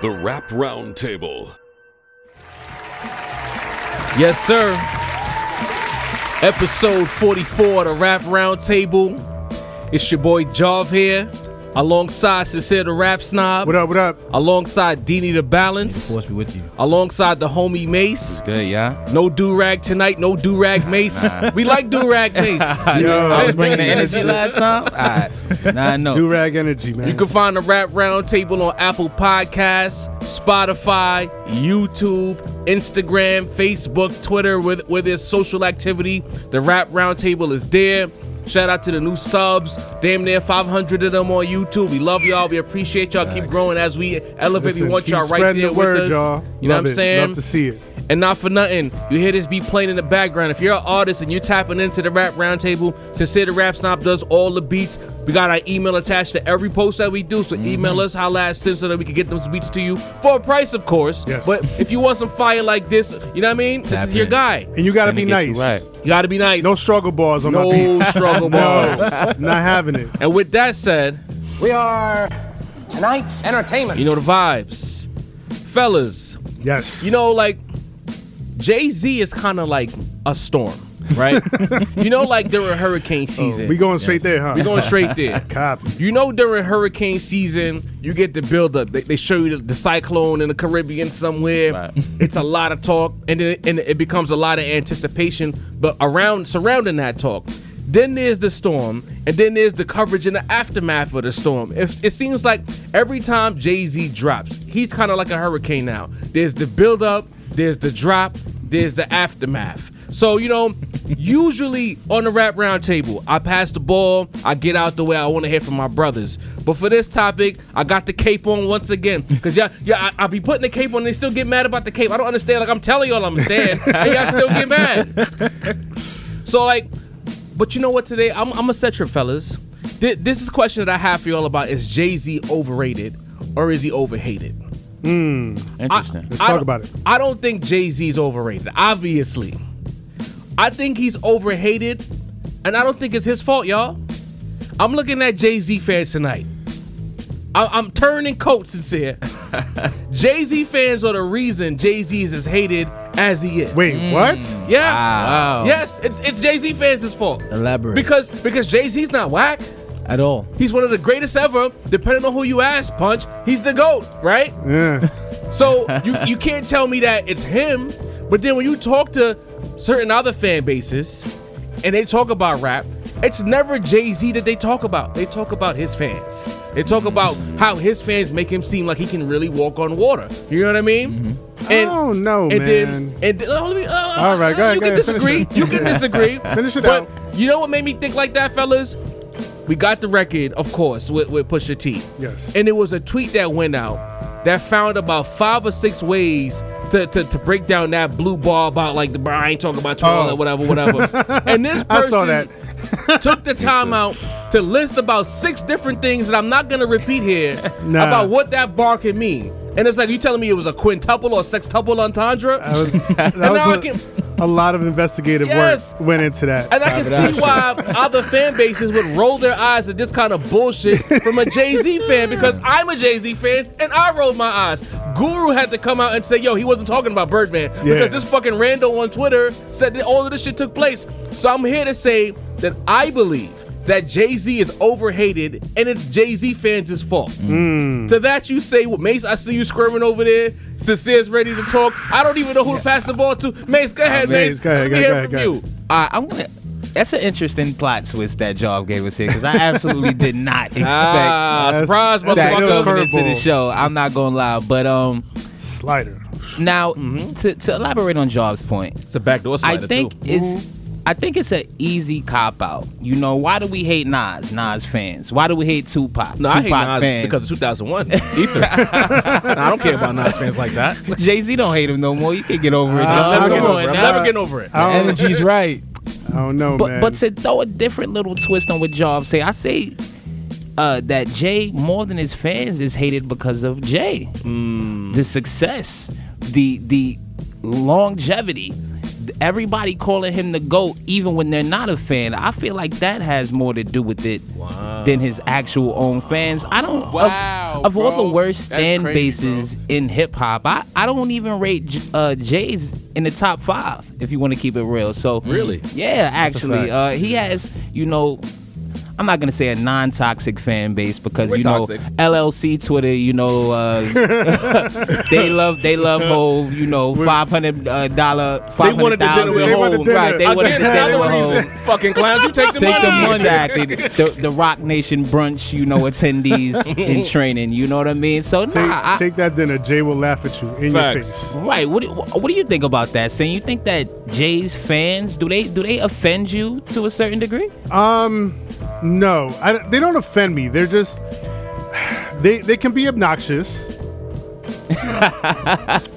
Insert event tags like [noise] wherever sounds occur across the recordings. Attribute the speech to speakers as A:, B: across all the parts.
A: The Rap Roundtable.
B: Yes, sir. Episode 44 of the Rap Roundtable. It's your boy Jarv here, alongside Sincere the Rap Snob.
C: What up? What up?
B: Alongside Dini the Balance.
D: Force be with you.
B: Alongside the homie Mace.
D: Good, yeah.
B: No do rag tonight, no do rag Mace. We like do rag
D: [laughs]
B: Mace.
D: I was
C: Yo,
D: [laughs] bringing the energy last time. All right. Now I know.
C: do rag energy, man.
B: You can find the Rap Roundtable on Apple Podcasts, Spotify, YouTube, Instagram, Facebook, Twitter, with where there's social activity. The Rap Roundtable is there. Shout out to the new subs, damn near 500 of them on YouTube. We love y'all. We appreciate y'all. Keep growing as we elevate.
C: Listen,
B: we want
C: keep
B: y'all right
C: spreading
B: there
C: the word,
B: with us.
C: y'all.
B: You know
C: Love
B: what I'm
C: it.
B: saying?
C: Love to see it.
B: And not for nothing, you hear this beat playing in the background. If you're an artist and you're tapping into the rap roundtable, Sincere the Rap Snob does all the beats. We got our email attached to every post that we do, so
C: Mm-hmm.
B: email us, holla at Sim, so that we can get those beats to you for a price, of course.
C: Yes.
B: But if you want some fire like this, you know what I mean? This
D: Tap
B: is your
D: in.
B: guy.
C: And you gotta
D: Tryna
C: be
D: get you
C: nice.
D: right.
B: You gotta be nice.
C: No struggle bars on
B: No
C: my beats.
B: struggle bars.
C: No, not having it.
B: And with that said,
E: We are tonight's entertainment.
B: you know the vibes. Fellas,
C: Yes.
B: You know, like Jay Z is kind of like a storm,
C: [laughs]
B: right? you know, like during hurricane season,
C: Oh, we going straight there, huh?
B: we going straight there.
C: Uh-huh. Copy.
B: You know, during hurricane season, you get the buildup. They, they show you the, the cyclone in the Caribbean somewhere.
D: Right.
B: It's a lot of talk, and then and it becomes a lot of anticipation. But around surrounding that talk, then there's the storm, and then there's the coverage in the aftermath of the storm. It, it seems like every time Jay Z drops, he's kind of like a hurricane now. There's the buildup, there's the drop, there's the aftermath. So you know, usually on the rap round table, I pass the ball, I get out the way. I want to hear from my brothers. But for this topic, I got the cape on once again. Cause yeah, yeah, I, I be putting the cape on. and They still get mad about the cape. I don't understand. Like I'm telling y'all, I'm saying, [laughs] and y'all still get mad. So like, but you know what? Today, I'm, I'm a set trip, fellas. Thi- This is a question that I have for y'all about: Is Jay Z overrated or is he overhated?
D: Interesting.
C: Let's
B: I
C: talk
B: don't-
C: about it.
B: I don't think Jay Z's overrated, obviously. I think he's overhated, and I don't think it's his fault, y'all. I'm looking at Jay Z fans tonight. I- I'm turning coats sincere.
D: [laughs]
B: Jay Z fans are the reason Jay Z is as hated as he is.
C: Wait,
D: Mm.
C: what?
B: Yeah.
D: Wow.
B: Yes, it's, it's Jay Z fans' fault.
D: Elaborate.
B: Because because Jay Z's not whack.
D: At all.
B: He's one of the greatest ever. Depending on who you ask, Punch, he's the GOAT, right?
C: Yeah.
B: [laughs] So you, you can't tell me that it's him, but then when you talk to certain other fan bases and they talk about rap, it's never Jay Z that they talk about. They talk about his fans. They talk about how his fans make him seem like he can really walk on water. You know what I mean? And,
C: Oh, no,
B: and
C: man.
B: Then, and then, oh, let me, uh,
C: All right, go ahead,
B: You
C: go
B: can
C: ahead, finish
B: disagree.
C: it.
B: You
C: [laughs]
B: can disagree.
C: Finish it
B: but
C: out.
B: You know what made me think like that, fellas? We got the record, of course, with, with Pusha T.
C: Yes.
B: And it was a tweet that went out that found about five or six ways to, to, to break down that blue ball about like the I ain't talking about twirl
C: Oh.
B: or whatever,
C: [laughs]
B: whatever. and this person
C: I
B: [laughs]
C: saw that.
B: took the time out to list about six different things that I'm not gonna repeat here
C: Nah.
B: about what that bar can mean. And it's like you telling me it was a quintuple or sextuple entendre?
C: That was, that
B: [laughs] And now I
C: was a,
B: can-
C: a lot of investigative
B: Yes.
C: work went into that.
B: And I can see why
C: [laughs]
B: other fan bases would roll their eyes at this kind of bullshit from a Jay Z fan because I'm a Jay Z fan and I rolled my eyes. Guru had to come out and say, yo, he wasn't talking about Birdman because this fucking rando on Twitter said that all of this shit took place. So I'm here to say that I believe that Jay Z is overhated and it's Jay Z fans' fault.
C: Hmm.
B: To that you say, well, Mace, I see you squirming over there. Sincere's ready to talk. I don't even know who to pass the ball to. Mace, go ahead, Mace.
C: Mace, go ahead,
B: Let me
C: go
B: hear
C: ahead, go
B: from
C: ahead.
B: you.
D: All right, I'm gonna. That's an interesting plot twist that Job gave us here because I absolutely did not expect
B: Ah,
C: That's-
B: surprise,
C: that's
D: that
C: still
B: motherfucker.
D: coming into the
C: curveball.
D: show. I'm not gonna lie, but um,
C: Slider.
D: now to, to elaborate on Job's point,
B: It's a backdoor
D: I think it's I think it's an easy cop out. You know, why do we hate Nas, Nas fans? Why do we hate Tupac?
B: No,
D: Tupac
B: I hate Nas
D: fans.
B: because of 2001. Ether. Nah, I don't care about Nas fans like that.
D: Jay Z don't hate him no more. You can get over it.
C: Ah,
B: Never
C: I'll
D: Job.
F: Uh,
B: get
D: Come
C: get
B: over
D: on
B: it. I'm
D: now.
B: never getting over it.
C: I don't,
F: Energy's right.
C: I don't know,
D: But
C: man.
D: but to throw a different little twist on what Job say, I say uh, that Jay more than his fans is hated because of Jay.
F: Hmm.
D: The success, the the longevity. Everybody calling him the GOAT even when they're not a fan. I feel like that has more to do with it than his actual own fans. I don't of-
F: Wow,
D: of all the
F: bro.
D: worst
F: That's
D: stand
F: crazy, bro.
D: bases in hip hop, I, I don't even rate J- uh, Jay's in the top five if you want to keep it real. So
B: Really?
D: yeah, actually,
B: fact.
D: uh, he has you know. I'm not gonna say a non-toxic fan base because
B: We're
D: you know
B: toxic.
D: LLC Twitter, you
B: [laughs]
D: know uh, they love they love Hove, you know five hundred uh, dollar
B: They
D: five
B: wanted
D: hundred
B: to dinner
D: thousand.
B: with
C: They wanted
B: home.
C: dinner.
D: Right, they
B: I
D: wanted
B: get
D: to
B: it.
D: dinner
B: I
D: with
B: know what
D: home.
B: you said. Fucking clowns, you take the
D: Take
B: money.
D: the money. Exactly. The, the Rock Nation brunch, you know,
B: [laughs]
D: attendees in training. You know what I mean? So, nah,
C: Take,
D: I-
C: take that dinner. Jay will laugh at you
B: Facts.
C: in your face.
D: right. What, do- what do you think about that, Sin? You think that Jay's fans, do they do they offend you to a certain degree?
C: No, I, don't- they don't offend me. They're just [sighs] they they can be obnoxious.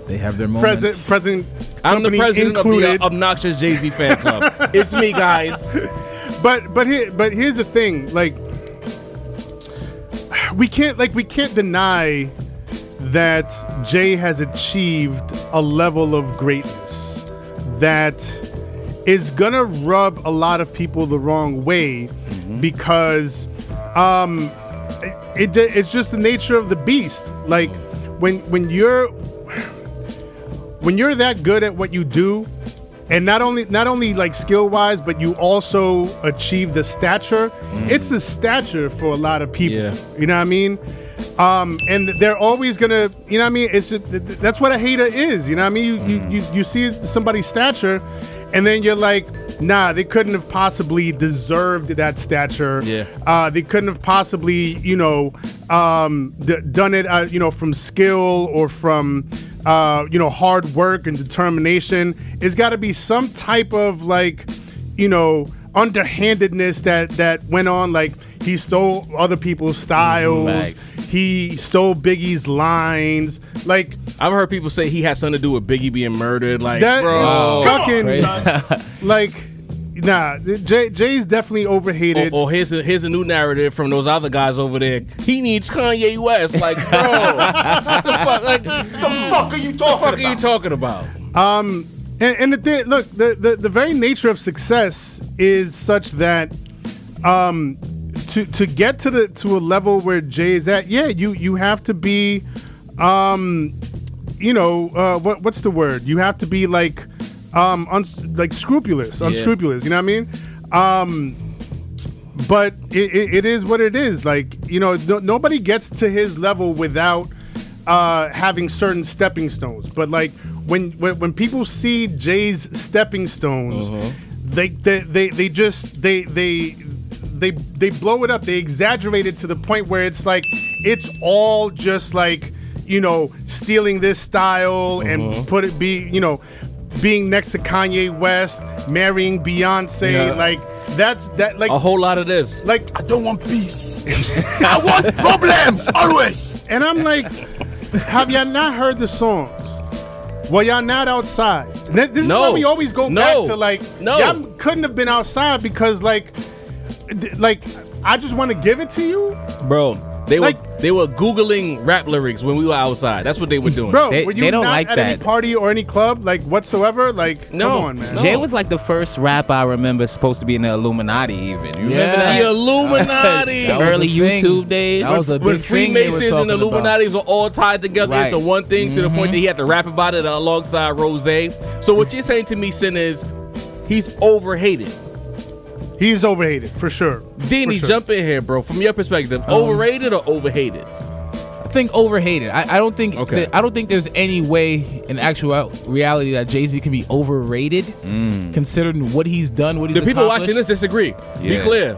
G: They have their moments.
C: Present present
B: I'm the
C: company
B: president
C: included.
B: of the uh, obnoxious Jay Z fan club. it's me, guys.
C: but but here but here's the thing like we can't like we can't deny that jay has achieved a level of greatness that is gonna rub a lot of people the wrong way because um it, it it's just the nature of the beast like when when you're when you're that good at what you do and not only not only like skill wise but you also achieve the stature it's a stature for a lot of people
B: Yeah.
C: you know what i mean um, and they're always gonna you know what i mean it's just, th- th- that's what a hater is you know what i mean you, you, you you see somebody's stature and then you're like nah they couldn't have possibly deserved that stature
B: Yeah.
C: uh, they couldn't have possibly, you know, um, d- done it, uh, you know, from skill or from, uh, you know, hard work and determination. It's got to be some type of like, you know, underhandedness that that went on. Like he stole other people's styles.
B: Facts.
C: He stole Biggie's lines. Like
B: I've heard people say he had something to do with Biggie being murdered. Like,
C: that
B: bro.
C: fucking [laughs] like. Nah, Jay Jay's definitely
B: Or,
C: overhated.
B: or here's a, here's a new narrative from those other guys over there. He needs Kanye West. Like, bro, [laughs] what the fuck? Like, the
F: fuck are you talking
B: fuck are you talking about?
C: And, and the thing, look, the, the, the very nature of success is such that um, to to get to the to a level where Jay is at, yeah, you you have to be, um, you know, uh, what what's the word? You have to be like, um, uns- like scrupulous, unscrupulous. You know what I mean? Um, but it, it, it is what it is. Like you know, no, nobody gets to his level without uh, having certain stepping stones. But like when when, when people see Jay's stepping stones, they, they they they just they they they they blow it up. They exaggerate it to the point where it's like it's all just like you know stealing this style and put it be you know being next to Kanye West, marrying Beyonce,
B: Yeah.
C: like. That's that like
B: A whole lot of this.
C: like,
F: I don't want peace. I want problems always.
C: and I'm like, have y'all not heard the songs? Well, y'all not outside. And that- This is
B: No.
C: why we always go
B: No.
C: back to like,
B: No.
C: y'all couldn't have been outside because like, d- like I just want to give it to you,
B: Bro, they were
C: Like-
B: they were googling rap lyrics when we were outside. That's what they were doing.
C: bro.
D: They-
C: were you
D: they don't
C: not
D: like
C: at any
D: that.
C: party or any club like whatsoever? Like,
B: No.
C: come on, man.
B: No.
D: Jay was like the first rapper I remember supposed to be in the Illuminati, even. You
G: Yeah.
D: remember that?
B: The Illuminati.
G: That was
D: Early
G: a thing.
D: YouTube days.
G: That was a
B: when
G: big thing they were
B: Freemasons and
G: talking about. Mm-hmm.
B: Illuminati's are all tied together
D: Right.
B: into one thing to the point that he had to rap about it alongside Rose. So what you're saying to me, Sin, is he's overhated.
C: He's overhated for sure.
B: Dini,
C: For sure. Um,
B: jump in here, bro. From your perspective, overrated or overhated?
G: I think overhated. I, I don't think
B: Okay.
G: that- I don't think there's any way in actual reality that Jay Z can be overrated, Mm. considering what he's done, what he's
B: The people
G: accomplished.
B: watching this disagree. Be
D: Yeah.
B: clear.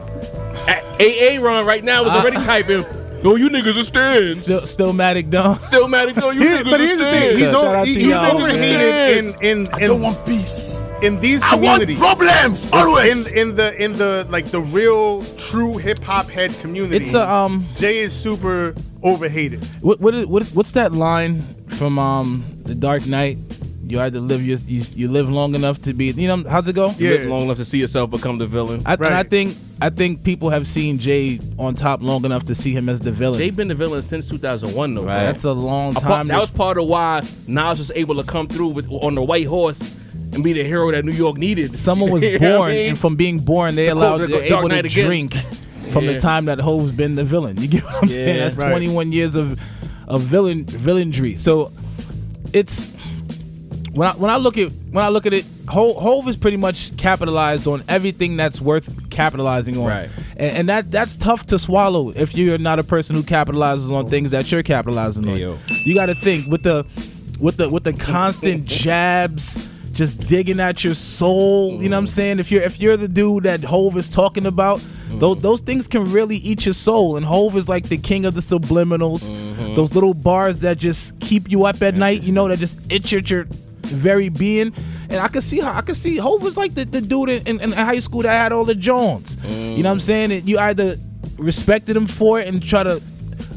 B: A- Aaron right now is already typing. No, you niggas are stands.
G: Still, still Matic dumb.
B: Still mad at you. You
C: Here-
B: niggas
C: but
B: are
C: here's the
B: stands.
C: thing: he's,
G: Yeah, shout
C: o-
G: out
C: he-
G: to
C: he's
G: y'all.
C: overhated in in
F: I don't
C: in,
F: want peace.
C: in these
F: I want
C: communities.
F: problems always.
C: in in the in the like the real true hip hop head community.
G: [laughs] [laughs] It's a, um,
C: Jay is super overhated.
G: What, what, is- what what's that line from um the Dark Knight? You either live your you, you live long enough to be you know how's it go?
C: Yeah.
B: Live long enough to see yourself become the villain.
G: I, And I
C: Right.
G: think I think people have seen Jay on top long enough to see him as the villain.
B: They've been the villain since 2001, though. bro.
G: That's a long
B: A part-
G: time.
B: that was part of why Nas was able to come through with, on the white horse and be the hero that New York needed. [laughs]
G: Someone was
B: You know what
G: born,
B: I mean?
G: and from being born, they allowed
B: Dark
G: they're able to
B: Knight again.
G: drink. from
B: Yeah.
G: the time that Hove's been the villain. You get what I'm saying?
B: Yeah.
G: That's
C: Right.
G: 21 years of of villain villainry. So it's when I when I look at when I look at it, Hove, Hove is pretty much capitalized on everything that's worth capitalizing on,
B: Right.
G: And, and that that's tough to swallow if you're not a person who capitalizes on things that you're capitalizing on.
B: yo.
G: You got to think with the with the with the constant jabs. Just digging at your soul, you know what I'm saying? If you're if you're the dude that Hove is talking about, those those things can really eat your soul. And Hove is like the king of the subliminals, those little bars that just keep you up at night, you know, that just itch at your very being. And I could see how I could see Hove was like the, the dude in, in, in high school that had all the Jones. You know what I'm saying? And you either respected him for it and try to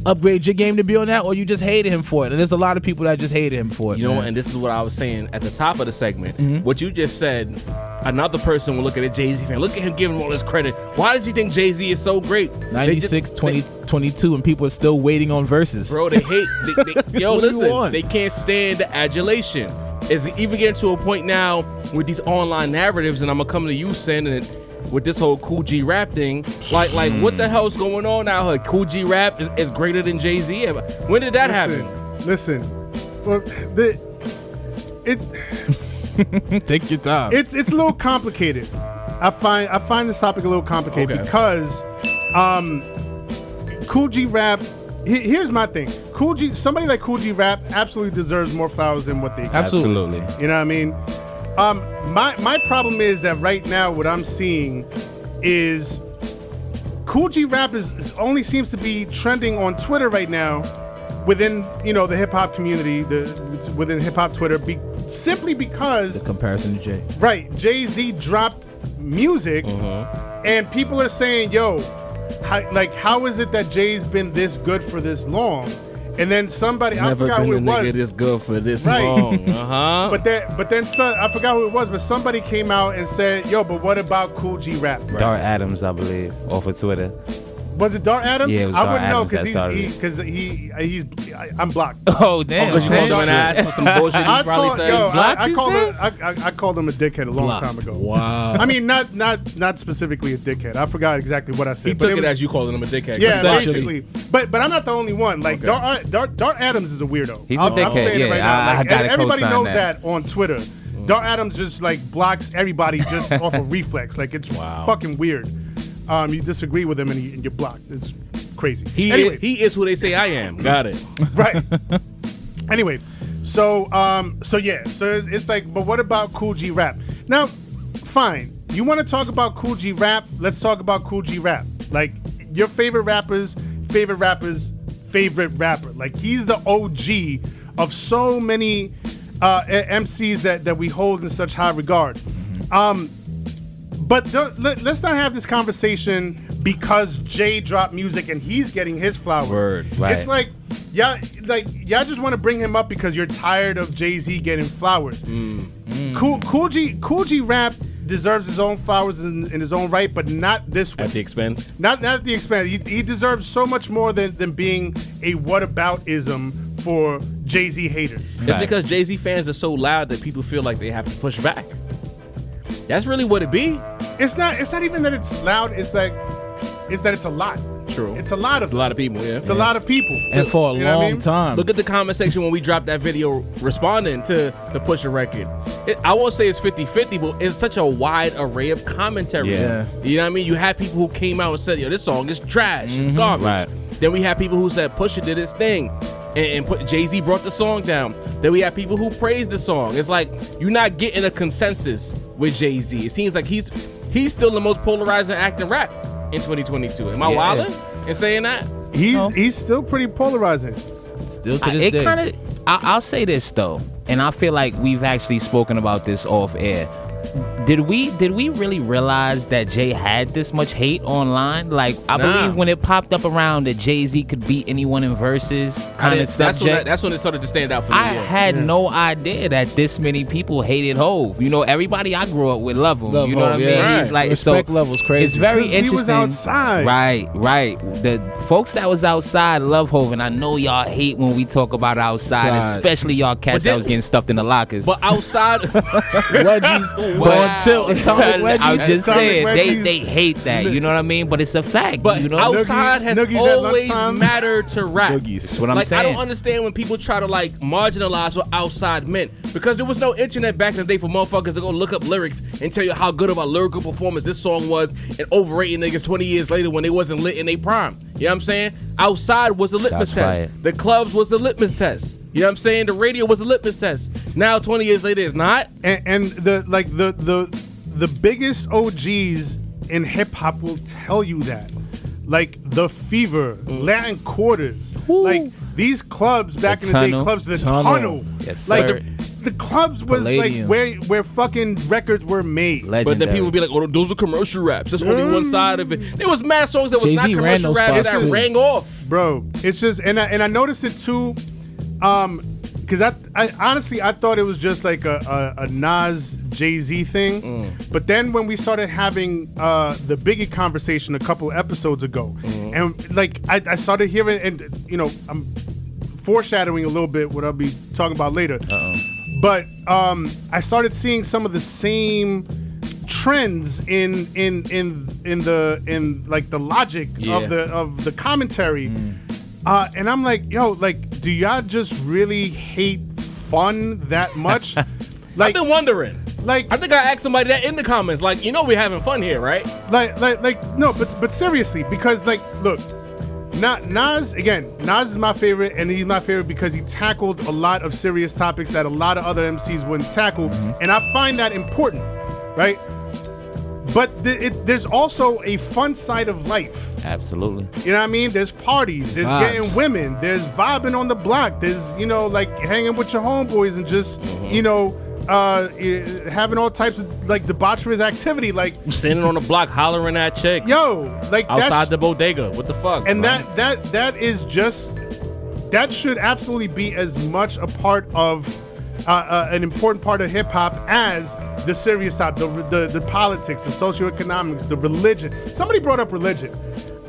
G: upgrade your game to be on that, or you just hated him for it. And there's a lot of people that just hated him for it.
B: You know,
G: man.
B: and this is what I was saying at the top of the segment.
G: Mm-hmm.
B: What you just said, another person will look at a Jay Z fan. Look at him giving him all this credit. Why does he think Jay Z is so great? They just-
G: 96,
B: they-
G: 20, 22, and people are still waiting on verses.
B: Bro, they hate. They, they, yo,
G: What do you
B: listen,
G: want?
B: they can't stand the adulation. It's even getting to a point now with these online narratives, and I'm gonna come to you, Sin, and with this whole Cool G rap thing. Like, like, what
G: Hmm.
B: the hell's going on out here? Cool G rap is, is greater than Jay Z. When did that happen?
C: Listen, listen. well, the, it
G: [laughs] Take your time.
C: it's it's a little complicated. I find I find this topic a little complicated
B: Okay.
C: because um, Cool G Rap. he- here's my thing. Cool G, somebody like Cool G Rap absolutely deserves more flowers than what they. got.
G: Absolutely.
C: You know what I mean? Um, my my problem is that right now what I'm seeing is Cool G Rap is, is only seems to be trending on Twitter right now within you know the hip hop community, the within hip hop Twitter, be, simply because
G: Comparison to Jay.
C: right Jay Z dropped music,
B: Uh-huh.
C: and people are saying, "Yo, how, like how is it that Jay's been this good for this long?" And then somebody I
B: Never
C: forgot
B: been
C: who
B: a
C: it
B: nigga
C: was.
B: this good for this
C: Right.
G: [laughs]
B: long. Uh huh.
C: But then, but then, some, I forgot who it was, but somebody came out and said, "Yo, but what about Cool G Rap?"
H: Dar Adams, I believe, off of Twitter.
C: Was it Dart Adams?
H: Yeah, it was
C: I
H: Dart
C: wouldn't
H: Adams that
C: know
H: started
C: because
H: it.
C: he's because he, uh, he's I, I'm blocked.
B: [laughs]
D: Oh damn!
B: Because you
D: Sam.
B: called him an ass for some [laughs] bullshit. You
C: I
B: probably
C: called,
B: said,
C: yo,
B: "Block
C: I, I
B: you,
C: called
B: Sam?"
C: him, I, I, I called him a dickhead a long time ago.
B: Wow.
C: I mean, not not not specifically a dickhead. I forgot exactly what I said.
B: He
C: but
B: took it
C: was-
B: as you calling him a dickhead.
C: Yeah,
G: Essentially.
C: basically. But but I'm not the only one. Like
B: Okay.
C: Dart, Dart Dart Adams is a weirdo.
H: He's a
C: I'm, I'm
H: dickhead,
C: saying it
H: yeah,
C: right now.
H: I- I
C: Like, e-,
H: gotta
C: everybody
H: co-sign
C: knows
H: that.
C: that. on Twitter. Dart Adams just like blocks everybody
H: [laughs]
C: just off of reflex. Like it's fucking weird. Um, you disagree with him and, he, and you're blocked. It's crazy.
B: He,
C: anyway,
B: he is who they say I am. Got it.
C: right. [laughs] anyway, so um, so yeah, so it's like, but what about Cool G Rap? Now, fine. You want to talk about Cool G Rap? Let's talk about Cool G Rap. Like your favorite rappers, favorite rappers, favorite rapper. Like he's the OG of so many uh, a- MCs that that we hold in such high regard. Um, but don't, let, us not have this conversation because Jay dropped music and he's getting his flowers.
H: Word, right.
C: It's like y'all, like y'all just want to bring him up because you're tired of Jay Z getting flowers.
B: Mm,
C: Cool, cool G, cool G rap deserves his own flowers in, in his own right, but not this way.
B: At the expense.
C: Not not at the expense. He, he deserves so much more than than being a whataboutism for Jay Z haters.
B: It's because Jay Z fans are so loud that people feel like they have to push back. That's really what it be.
C: It's not. It's not even that it's loud. It's like, it's that it's a lot.
B: True.
C: It's a lot of.
B: It's a lot of people. Yeah.
C: It's a lot of people.
G: And for a
C: You know what
G: long
C: I mean?
G: time.
B: Look at the comment section when we dropped that video responding to the Pusha record. It, I won't say it's 50-50, but it's such a wide array of commentary.
G: Yeah.
B: You know what I mean? You had people who came out and said, yo, this song is trash.
D: Mm-hmm.
B: It's garbage. Then we had people who said Pusha did his thing. And, and put, Jay-Z brought the song down. Then we had people who praised the song. It's like you're not getting a consensus with Jay-Z. It seems like he's he's still the most polarizing act in rap in 2022. Am I
D: Yeah.
B: wildin' in saying that?
C: He's
G: Oh.
C: he's still pretty polarizing.
G: Still to
D: I-
G: this
D: it
G: day.
D: kind
G: [laughs]
B: [laughs]
D: of. I'll say this though, and I feel like we've actually spoken about this off air. Did we did we really realize that Jay had this much hate online? Like I
B: Nah.
D: believe when it popped up around that Jay Z could beat anyone in verses
B: I
D: kind of
B: didn't- that's when,
D: subject.
B: that- that's when it started to stand out for me.
D: I
B: yeah.
D: had no idea that this many people hated Hove. You know, everybody I grew up with love him.
G: Love
D: you know
G: Hove,
D: what I mean?
G: yeah.
D: He's like
G: Respect
D: so
G: level's crazy.
D: It's very
C: 'Cause we was
D: interesting.
C: outside.
D: Right, right. The folks that was outside love Hove, and I know y'all hate when we talk about outside,
G: Right.
D: especially y'all cats
B: then-
D: [laughs] that was getting stuffed in the lockers.
B: But outside,
G: Wedgies,
D: But-
G: until atomic wedgies.
D: I was just
C: Atomic
D: saying they,
C: wedgies.
D: they hate that. You know what I mean? But it's a fact.
B: But
D: you know,
B: outside has
C: Noogies- noogies at
B: always
C: lunchtime?
B: mattered to rap.
G: Noogies. That's
D: what I'm
B: like, I
D: saying.
B: don't understand when people try to like marginalize what outside meant because there was no internet back in the day for motherfuckers to go look up lyrics and tell you how good of a lyrical performance this song was and overrating niggas 20 years later when they wasn't lit in their prime. You know what I'm saying? Outside was a litmus
D: Shots
B: test.
D: fired.
B: The clubs was a litmus test. You know what I'm saying? The radio was a litmus test. Now 20 years later, it's not.
C: and, and the like the the the biggest OGs in hip hop will tell you that. Like the Fever,
G: Mm.
C: Latin Quarters, like these clubs back in the day,
D: Tunnel.
C: clubs the
G: Tunnel.
C: tunnel,
D: Yes,
C: like
D: sir.
C: The, the clubs was
G: Palladium.
C: like where where fucking records were made.
B: But then
D: Legendary.
B: people would be like, "Oh, those are commercial raps. That's only one side of it." There was mad songs that was
G: Jay-Z
B: not
G: ran
B: commercial
G: those
B: raps
G: spots
B: that
G: too.
B: rang off.
C: bro. It's just and I, and I noticed it too, um, because I, I honestly I thought it was just like a a, a Nas Jay Z thing, but then when we started having uh the Biggie conversation a couple episodes ago, and like I, I started hearing and you know I'm foreshadowing a little bit what I'll be talking about later, but um I started seeing some of the same trends in in in in the in like the logic
B: Yeah.
C: of the uh, of the commentary.
B: Mm.
C: Uh, and I'm like, yo, like, do y'all just really hate fun
B: [laughs]
C: that much?
B: I've
C: like,
B: been wondering.
C: like,
B: I think I asked somebody that in the comments, like, "You know, we're having fun here, right?"
C: like, like, like, no, but but seriously, because like, look, Na- Nas again, Nas is my favorite, and he's my favorite because he tackled a lot of serious topics that a lot of other MCs wouldn't tackle,
B: Mm-hmm.
C: and I find that important, right? But th- it, there's also a fun side of life.
D: absolutely.
C: You know what I mean? There's parties, there's
G: Vibes.
C: getting women, there's vibing on the block, there's, you know, like hanging with your homeboys and just,
B: Mm-hmm.
C: you know, uh, eh, having all types of like debaucherous activity. Like,
B: Standing on the block, hollering at chicks.
C: yo, like
B: outside
C: that's
B: the bodega. What the fuck?
C: and
B: bro?
C: that that that is just that should absolutely be as much a part of uh, uh, an important part of hip hop as the serious top, the, the the politics, the socioeconomics, the religion. Somebody brought up religion.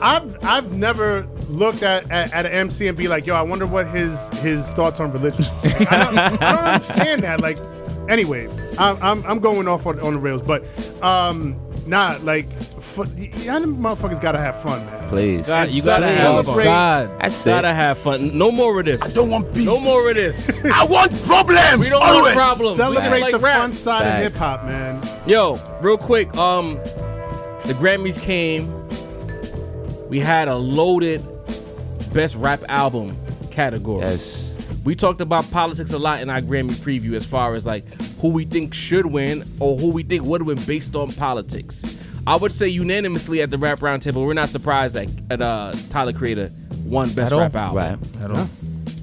C: I've I've never looked at, at, at an MC and be like, yo, I wonder what his his thoughts on religion. Like, I, don't, I don't understand that. Like, anyway, I'm I'm, I'm going off on, on the rails, but um, nah, like, fu- y'all motherfuckers gotta have fun, man.
D: Please.
B: God, you gotta have
C: Celebrate.
B: fun.
G: Outside.
D: That's it.
B: Gotta have fun. No more of this. I
F: don't want beef.
B: No more of this.
F: I want problems.
B: We don't want
F: always.
B: problems. We just
C: Celebrate
B: like
C: the
B: rap.
C: fun side
D: Facts.
C: of hip hop, man.
B: Yo, real quick, um, the Grammys came. We had a loaded best rap album category.
D: Yes.
B: We talked about politics a lot in our Grammy preview as far as like who we think should win or who we think would win based on politics. I would say unanimously at the rap roundtable, we're not surprised that at, uh, Tyler Creator won best
G: all.
B: rap album.
D: Right.
G: At all.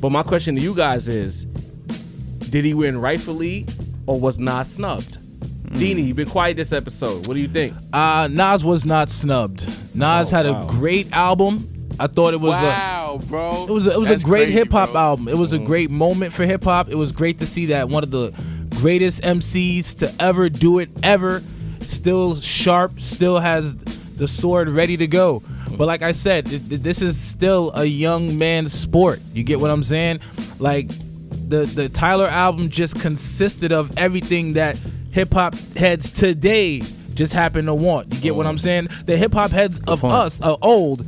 B: But my question to you guys is, did he win rightfully or was Nas snubbed? Deanie, you've been quiet this episode. What do you think?
G: Uh, Nas was not snubbed. Nas had a great album. I thought it was a
I: Wow, bro.
G: It was a, it was a
I: That's
G: great
I: crazy,
G: hip hop
I: bro. Mm-hmm.
G: album. It was a great moment for hip hop. It was great to see that one of the greatest MCs to ever do it ever, still sharp, still has the sword ready to go. But like I said, th- th- this is still a young man's sport. You get what I'm saying? Like the the Tyler album just consisted of everything that hip hop heads today just happen to want. You get what I'm
I: Mm-hmm.
G: saying? The hip hop heads of us are old.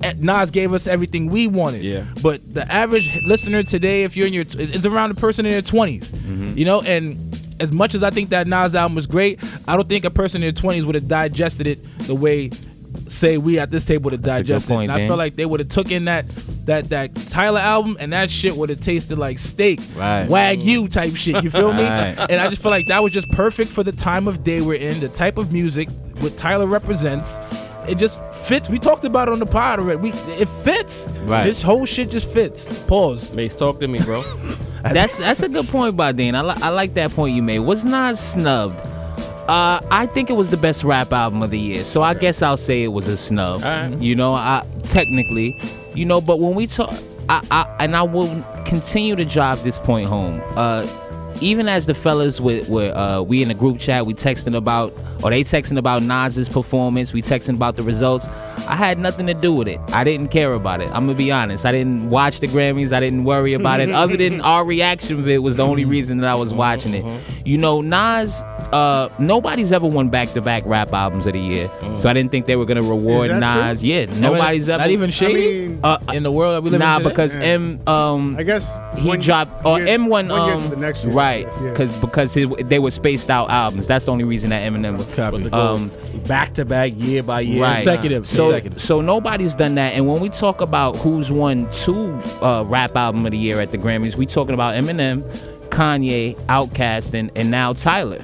G: Eh, Nas gave us everything we wanted.
B: Yeah.
G: But the average listener today, if you're in your, it's around a person in their 20s.
D: Mm-hmm.
G: You know, and as much as I think that Nas album was great, I don't think a person in their 20s would have digested it the way, say, we at this table would have
D: a good
G: digested. it.
D: point,
G: and I
D: Dan.
G: feel like they would have took in that that that Tyler album, and that shit would have tasted like steak,
D: Right.
G: wagyu type shit. You feel me?
D: Right.
G: And I just feel like that was just perfect for the time of day we're in, the type of music what Tyler represents. It just fits. We talked about it on the pod already. We it fits.
D: Right.
G: This whole shit just fits. Pause.
B: Mace, talk to me, [laughs] bro.
D: [laughs] That's that's a good point by Dan. I, li- I like that point you made. Was not snubbed. Uh, I think it was the best rap album of the year, so I guess I'll say it was a snub.
B: Alright.
D: You know, I technically, you know, but when we talk, I, I and I will continue to drive this point home. Uh, even as the fellas with were uh, we in the group chat, we texting about or they texting about Nas's performance, we texting about the results. I had nothing to do with it. I didn't care about it. I'm gonna be honest. I didn't watch the Grammys. I didn't worry about it.
C: [laughs]
D: Other than our reaction of it was the only reason that I was watching it.
C: Uh-huh.
D: You know, Nas. Uh, nobody's ever won back-to-back rap albums of the year, so I didn't think they were gonna reward
C: Is that true?
D: Nas. Yeah, nobody's ever
G: not even
C: I
G: shady
C: mean,
D: Uh,
G: in the world that we live
D: nah,
G: in. today?
D: because M um
C: I guess
D: he
C: one
D: dropped or
C: year-
D: M one
C: one year
D: um
C: to the next year, I
D: right
C: guess, yeah.
D: because because his, they were spaced out albums. That's the only reason that Eminem was
G: Copy.
D: um
B: back to back, year by year.
D: right
G: Consecutive,
D: So
G: consecutive.
D: so nobody's done that. And when we talk about who's won two uh, rap album of the year at the Grammys, we talking about Eminem. Kanye, Outkast, and, and now Tyler.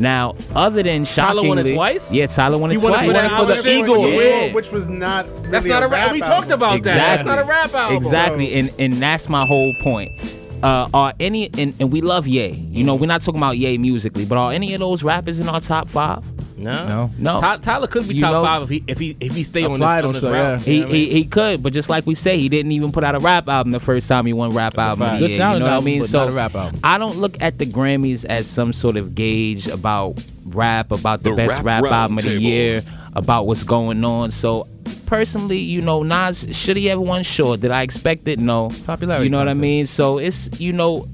D: Now, other than
B: Mm. Tyler
D: shockingly,
B: won it twice?
D: Yeah, Tyler won
B: He
D: it
B: won it
D: twice.
B: for that
C: When I
B: the
C: was in
B: Eagle.
C: Eagle,
D: Yeah.
C: which was not. Really
B: That's not a rap.
C: rap
B: We
C: album.
B: talked about that. That's
D: Exactly.
B: not a rap album.
D: Exactly, and and that's my whole point. Uh, are any and, and we love Ye. You know, we're not talking about Ye musically, but are any of those rappers in our top five?
B: No.
G: No.
D: No.
B: Ty- Tyler could be
D: You
B: top
D: know-
B: five if he if he if he stay on
G: Applied
B: this, on this route.
G: himself,
B: You
G: yeah.
D: He,
B: know what I
D: he, he could, but just like we say, he didn't even put out a rap album the first time he won rap album. of
G: fact.
D: the
G: Good
D: year, you
G: sounding
D: know what I
G: album,
D: mean?
G: but
D: so
G: not a rap album.
D: I don't look at the Grammys as some sort of gauge about rap, about the,
A: The
D: best
A: Rap
D: rap, album of the
A: Roundtable.
D: year, about what's going on. So personally, you know, Nas should he have won? Sure. Did I expect it? No.
G: Popularity
D: You know what I
G: contest.
D: mean? So it's you know,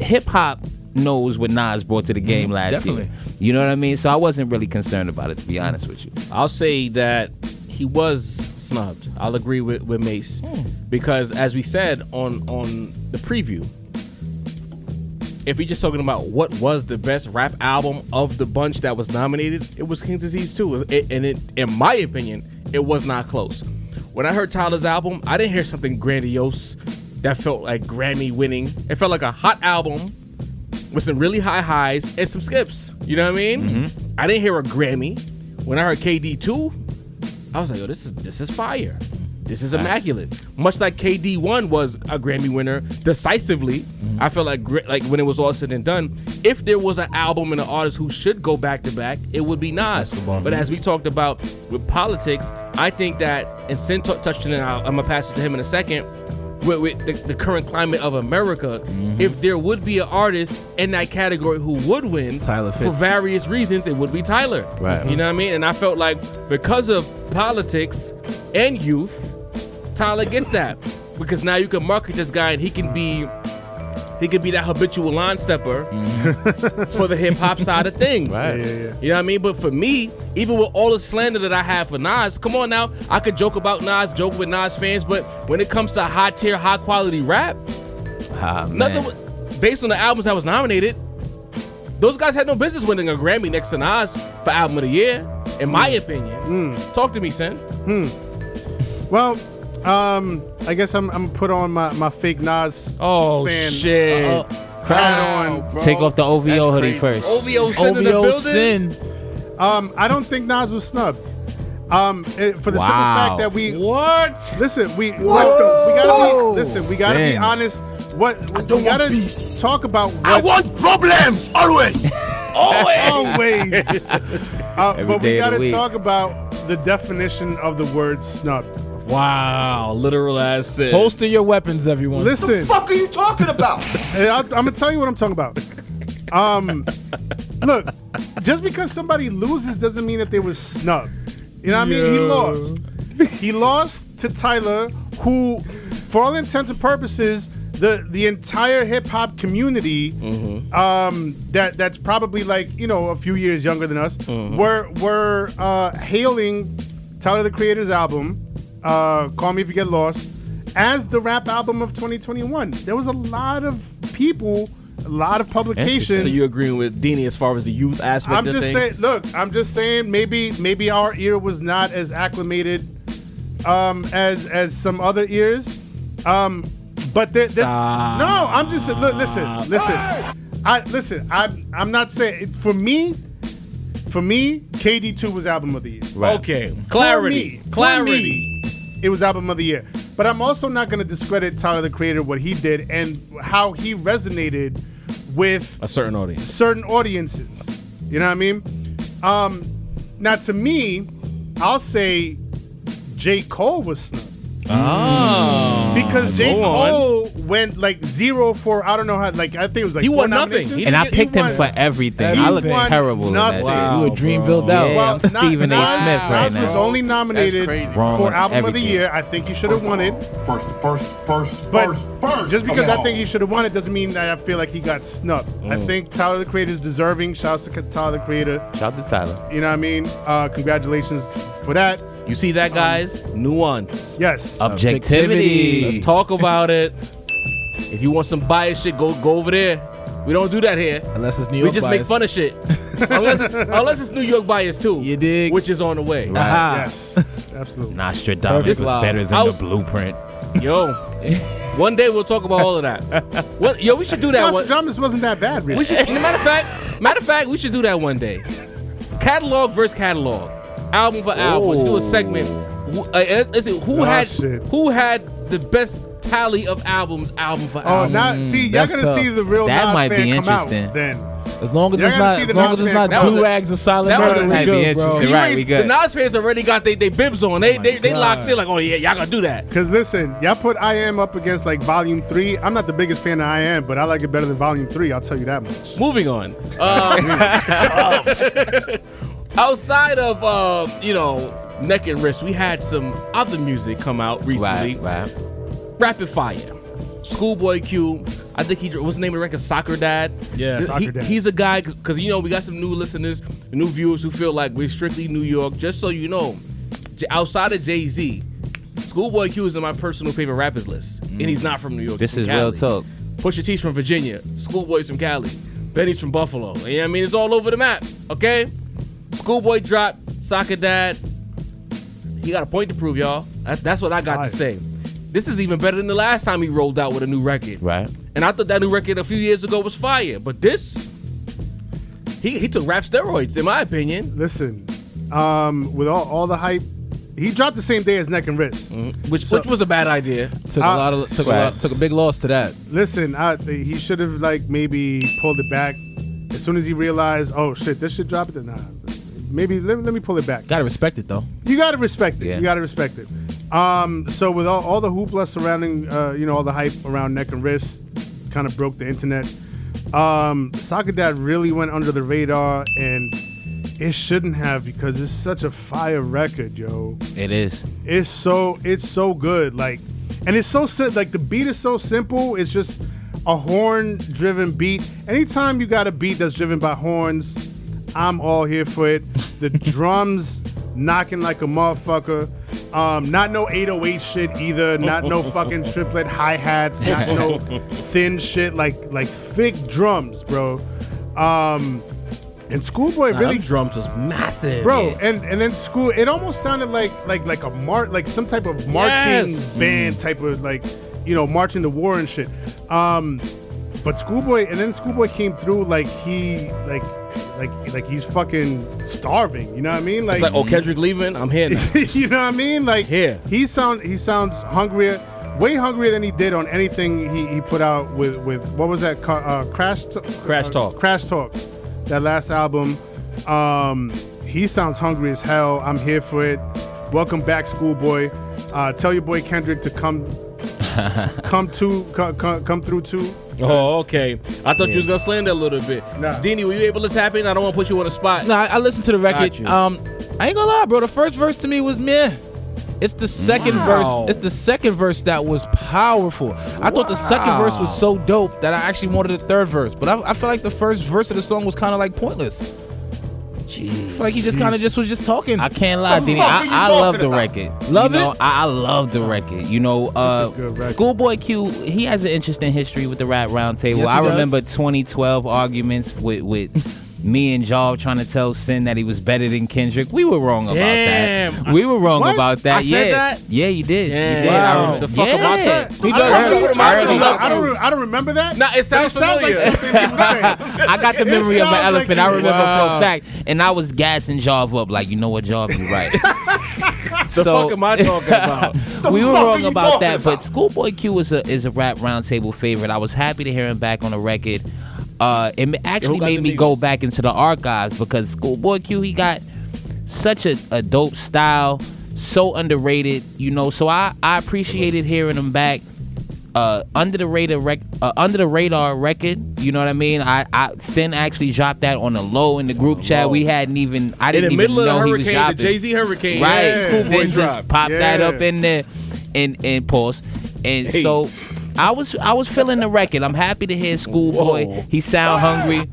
D: hip hop knows what Nas brought to the game last
G: definitely.
D: year. You know what I mean? So I wasn't really concerned about it to be honest with you.
B: I'll say that he was snubbed. I'll agree with, with Mace because, as we said on on the preview, if we're just talking about what was the best rap album of the bunch that was nominated, it was King's Disease 2. It- and it, in my opinion, it was not close. When I heard Tyler's album, I didn't hear something grandiose that felt like Grammy winning. It felt like a hot album with some really high highs and some skips. You know what I mean? I didn't hear a Grammy. When I heard KD two, I was like, "Yo, this is this is fire. This is immaculate." Much like KD one was a Grammy winner decisively. I felt like gr- like when it was all said and done, if there was an album and an artist who should go back to back, it would be Nas. But as we talked about with politics, I think that and Sin t- touched on it. and I'll- I'm gonna pass it to him in a second with, with the, the current climate of America, if there would be an artist in that category who would win,
G: Tyler
B: for
G: fits.
B: various reasons, it would be Tyler.
H: Right.
B: You know what I mean? And I felt like because of politics and youth, Tyler gets that because now you can market this guy and he can be. He could be that habitual line stepper
D: Mm-hmm.
B: for the hip hop side of things.
H: Right.
C: Yeah, yeah.
B: You know what I mean? But for me, even with all the slander that I have for Nas, come on now, I could joke about Nas, joke with Nas fans, but when it comes to high tier, high quality rap,
D: Ah, man.
B: nothing wa- based on the albums that was nominated, those guys had no business winning a Grammy next to Nas for album of the year, in my
D: Mm.
B: opinion.
C: Mm.
B: Talk to me, son.
C: Well, um, I guess I'm, I'm gonna put on my, my fake Nas.
B: Oh
C: fan.
B: shit!
C: Crown on, bro.
D: Take off the OVO
C: That's crazy.
D: hoodie first.
B: OVO sin in the
G: OVO
B: building.
G: sin.
C: Um, I don't think Nas was snubbed. Um, it- for the simple
D: Wow.
C: fact that we
B: What?
C: listen, we what the- we gotta
F: Whoa.
C: be, listen, we gotta be
D: Sin.
C: honest. What
F: don't
C: we gotta
F: want beef.
C: talk about?
F: I
C: What
F: want problems
C: [laughs]
F: always.
C: always.
D: [laughs]
C: uh,
D: Every
C: but
D: day
C: we
D: of the
C: gotta
D: week.
C: talk about the definition of the word snub.
B: Wow, literal ass sin.
G: Holster your weapons, everyone.
C: Listen,
F: fuck are you talking
C: [laughs]
F: about?
C: I, I'm gonna tell you what I'm talking about. Um, look, just because somebody loses doesn't mean that they were snubbed. You know what I mean? He
B: Yo.
C: lost. He lost to Tyler, who, for all intents and purposes, the the entire hip hop community, um, that that's probably like you know a few years younger than us, were were uh, hailing Tyler the Creator's album, uh, "Call Me If You Get Lost," as the rap album of 2021. There was a lot of people, a lot of publications.
B: So you agreeing with Deanie as far as the youth aspect
C: I'm
B: of
C: just
B: things?
C: saying. Look, I'm just saying. Maybe maybe our ear was not as acclimated um, as as some other ears. Um, but there, there's no. I'm just look. Listen, listen. I listen. I'm I'm not saying it, for me. For me, KD2 was album of the year.
B: Okay,
C: For
B: clarity,
C: me- for
B: clarity.
C: me, it was album of the year. But I'm also not going to discredit Tyler the Creator what he did and how he resonated with
B: A certain audience.
C: certain audiences. You know what I mean?
H: Uh,
C: Um, now, to me, I'll say J. Cole was snubbed.
B: Oh.
C: Because J.
B: go on.
C: Cole went like zero for I don't know how like I think it was like
B: He
C: four
B: won nothing.
C: nominations.
B: He
D: And I
B: He
D: picked him
C: won-
D: for everything.
G: he
D: I look
G: won
D: terrible in that.
C: nothing. Wow.
G: you a Dreamville down.
H: Yeah, I'm Stephen A.
C: Nas-
H: Smith right
C: Nas was
H: now.
C: only nominated
F: crazy.
H: Wrong
C: for
H: with
C: album of the
H: everything.
C: year. I think he should have won it.
F: First, first, first,
C: But
F: first, first.
C: just because
F: Come
C: I think
F: on.
C: he should have won it doesn't mean that I feel like he got snubbed. I
H: Mm.
C: think Tyler the Creator is deserving. Shouts to Tyler the Creator.
H: Shout to Tyler.
C: You know what I mean? Uh, congratulations for that.
B: You see that, guys? Nuance.
C: Yes.
D: Objectivity.
B: Let's talk about it. If you want some bias shit, go go over there. We don't do that here.
G: Unless it's New York
B: We just make
G: bias.
B: fun of
C: [laughs]
B: shit. unless, it's, unless it's New York bias too.
G: You dig?
B: Which is on the way.
G: Ah,
C: yes. Absolutely.
H: Nostradamus
G: Perfect
H: is
G: line.
H: better
B: I
H: than the
B: was-
H: blueprint.
C: [laughs]
B: Yo, one day we'll talk about all of that. What, yo, we should do that. One,
C: Nostradamus wasn't that bad, really.
B: we
H: [laughs]
B: should. and Matter of fact, matter of fact, we should do that one day. Catalog versus catalog, album for album. Do a segment. Wh- uh, is- is it who
C: Oh,
B: had
C: shit.
B: who had the best tally of albums, album for
C: Oh,
B: album?
C: now see, y'all
G: that's
C: gonna
G: tough.
C: see the real
D: That
C: Nas
D: might
C: fan
D: be
C: come out
D: interesting.
C: then.
G: as long as
C: Y'all gotta
G: it's not,
C: see
G: as
C: the
G: long
C: Nas
G: as it's
C: fan
G: not
C: come out.
G: do rags and silent
B: That was a-
G: murder,
B: Might
G: we
H: be
G: good, bro.
H: interesting.
B: He
H: You're right,
B: raised-
H: we good.
B: The Nas fans already got they, they bibs on. They they, they
G: God.
B: locked in like, oh yeah, y'all gonna do that.
C: Cause listen, y'all put I Am up against like Volume Three. I'm not the biggest fan of I Am, but I like it better than Volume Three. I'll tell you that much.
B: Moving on.
G: [laughs]
B: Um, [laughs] outside of uh, you know neck and wrist, we had some other music come out recently.
H: Right, right.
B: Rapid Fire, Schoolboy Q. I think he what's the name of the record? Soccer Dad.
G: Yeah,
B: He-
C: Soccer Dad.
B: He's a guy because you know we got some new listeners, new viewers who feel like we're strictly New York. Just so you know, J- outside of Jay Z, Schoolboy Q is in my personal favorite rappers list, and he's not from New York.
H: This is
B: he's from
H: real
B: Cali.
H: talk.
B: Pusha T's from Virginia. Schoolboy's from Cali. Benny's from Buffalo. You know what I mean? It's all over the map. Okay. Schoolboy drop. Soccer dad. He got a point to prove, y'all. That- that's what I got
C: Fire.
B: to say. This is even better than the last time he rolled out with a new record.
H: Right.
B: And I thought that new record a few years ago was fire, but this. He, he took rap steroids, in my opinion,
C: Listen, um, with all, all the hype, he dropped the same day as Neck and Wrist.
B: which which was a bad idea.
G: Took a
C: Uh,
G: lot of took a
H: right.
G: lot, took a big loss to that.
C: Listen, I, he should have like maybe pulled it back as soon as he realized, oh shit, this should drop it. Nah, maybe let, let me pull it back.
G: Gotta respect it though.
C: you gotta respect it.
H: Yeah.
C: You gotta respect it. Um, so with all, all the hoopla surrounding, uh, you know, all the hype around neck and wrist, kind of broke the internet. Um, Soccer Dad really went under the radar, and it shouldn't have because it's such a fire record, yo.
H: It is.
C: It's so it's so good, like, and it's so si- like the beat is so simple. It's just a horn-driven beat. Anytime you got a beat that's driven by horns, I'm all here for it.
B: [laughs]
C: The drums knocking like a motherfucker. Um, not no 808 shit either. Not no
B: [laughs]
C: fucking triplet hi hats. Not no thin shit like like thick drums, bro. Um, and Schoolboy
B: Nah,
C: really
B: them drums was massive,
C: bro and and then school it almost sounded like like like a mar like some type of marching
B: Yes.
C: band type of like you know marching the war and shit um but schoolboy and then schoolboy came through like he like like like he's fucking starving you know what i mean
B: It's like, oh, Kendrick leaving, I'm here. Now.
C: [laughs] you know what I mean? Like
B: Yeah.
C: he sound he sounds hungrier, way hungrier than he did on anything he, he put out with with what was that Ca- uh, crash T-
B: Crash
C: uh,
B: Talk.
C: crash talk that last album. Um, he sounds hungry as hell. I'm here for it. Welcome back, Schoolboy. Uh, tell your boy Kendrick to
D: [laughs]
C: come come to come, come through too.
B: Oh, okay. I thought you was gonna slam that a little bit.
C: Nah.
B: Dini, were you able to tap in? I don't want to put you on the spot.
G: No, I, I listened to the record.
B: you.
G: Um, I ain't gonna lie, bro. The first verse to me was meh. It's the second
B: Wow.
G: verse. It's the second verse that was powerful. I thought the second verse was so dope that I actually wanted the third verse. But I, I feel like the first verse of the song was kind of like pointless. I feel like he just kind of just was just talking.
D: I can't lie, Dini.
F: fuck are you
D: I, I
F: talking
D: love the
F: about?
D: record.
G: Love
D: you know,
G: it?
D: I, I love the record. You know, uh,
C: It's a good record.
D: Schoolboy Q, he has an interesting history with the Rap Roundtable.
G: Yes, he
D: I
G: does.
D: remember 2012 arguments with, with me and Job trying to tell Sin that he was better than Kendrick. We were wrong about
B: Damn.
D: that. We were wrong
C: What?
D: about that.
B: I
D: yeah.
B: said that?
D: Yeah, you did.
B: Damn.
D: You did.
G: Wow.
D: I remember-
B: The fuck am I
D: yeah.
B: saying?
G: He
C: I don't, know
G: does.
C: what I'm talking
D: Already
C: about. I
D: up.
C: don't re- I don't remember that.
B: Nah, it sounds
C: but it sounds like
B: familiar.
C: something
B: [laughs]
C: he said.
D: [laughs] I got the
C: It
D: memory of
C: sounds
D: an
C: like
D: elephant.
C: you-
D: I remember
G: Wow.
D: for a fact. And I was gassing Jav up like, you know what, Jav, you right.
B: The fuck am I talking [laughs] about?
D: we were
F: fuck are
D: wrong
F: you
D: about
F: talking
D: that, but
F: about?
D: Schoolboy Q is a is a rap roundtable favorite. I was happy to hear him back on the record. Uh, it ma- actually
B: got
D: made
B: the
D: me
B: Migos?
D: go back into the archives because Schoolboy Q he got such a, a dope style. so underrated, you know. So I I appreciated hearing him back. Uh, under the radar rec- uh, under the radar record, you know what I mean. I, I Sin actually dropped that on the low in the group chat. We hadn't even I
B: In
D: didn't
B: the
D: even
B: middle of
D: know
B: the
D: he was
B: hurricane, the
D: dropping.
B: Jay Z hurricane,
D: Right.
B: Yeah.
D: Sin
B: Schoolboy
D: just
B: drop.
D: popped that
C: Yeah.
D: up in there and and pause. And
B: Hey.
D: so I was I was feeling the record. I'm happy to hear Schoolboy.
B: Whoa.
D: He sound hungry.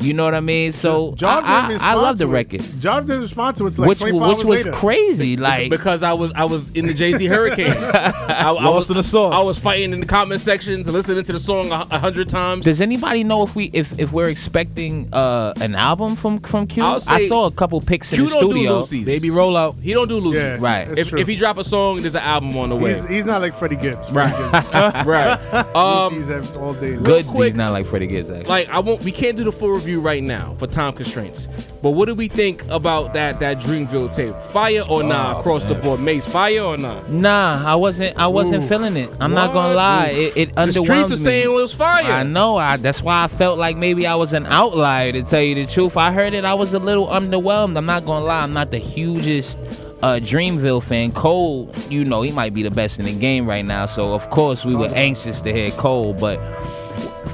D: You know what I mean? So
C: Job didn't
D: I, I, I
C: respond
D: love the
C: to it.
D: record.
C: Job didn't respond to it till like
D: which
C: 25
D: which
C: hours
D: was
C: later.
D: crazy. Like
B: because I was I was in the Jay Z
D: [laughs]
B: hurricane. I, I
G: Lost
B: was,
G: in the sauce.
B: I was fighting in the comment sections, listening to the song a, a hundred times.
D: Does anybody know if we if, if we're expecting uh, an album from from Q?
B: I'll
D: I
B: say
D: saw a couple pics in
B: Q
D: the
B: don't do
D: studio.
B: loosies.
G: Baby rollout.
B: He don't do
C: Yeah,
B: losers.
D: Right.
C: that's
B: If,
C: true.
B: if he drop a song, there's an album on the way.
C: He's, he's not like Freddie Gibbs.
B: right. [laughs]
D: [laughs]
B: right. [laughs] Um,
C: he's at all day.
D: Good.
B: quick.
D: He's not like Freddie Gibbs. Actually.
B: like I won't. We can't do the full review right now for time constraints. But what do we think about that that Dreamville tape? Fire or nah?
G: Oh,
B: across the board, Mace. Fire or nah?
D: Nah, I wasn't. I wasn't feeling it. I'm not
B: What?
D: gonna lie. It, it
B: The streets
D: underwhelmed
B: were
D: me.
B: saying it was fire.
D: I know. I, that's why I felt like maybe I was an outlier. To tell you the truth, I heard it. I was a little underwhelmed. I'm not gonna lie. I'm not the hugest uh, Dreamville fan. Cole, you know, he might be the best in the game right now. So of course we were anxious to hear Cole, but.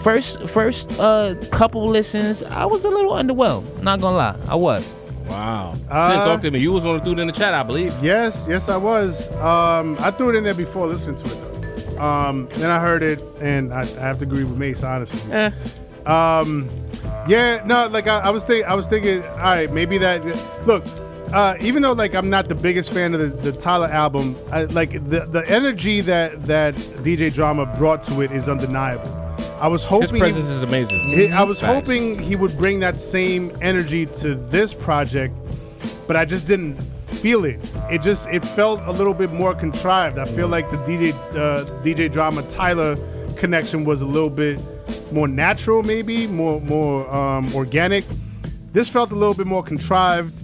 D: First, first uh, couple listens, I was a little underwhelmed. Not gonna lie, I was.
B: Wow. Sin,
C: Uh,
B: talk to me. You was one who threw it in the chat, I believe.
C: Yes, yes, I was. Um, I threw it in there before listening to it though. Um, then I heard it, and I, I have to agree with Mace honestly. Um, yeah, no, like I, I was thinking, I was thinking, all right, maybe that. Look, uh, even though like I'm not the biggest fan of the, the Tyler album, I, like the the energy that that DJ Drama brought to it is undeniable. I was hoping
B: His presence is amazing.
C: He- I was
B: Facts.
C: hoping he would bring that same energy to this project, but I just didn't feel it. It just it felt a little bit more contrived. I feel like the DJ uh, DJ drama Tyler connection was a little bit more natural, maybe more more um, organic. This felt a little bit more contrived.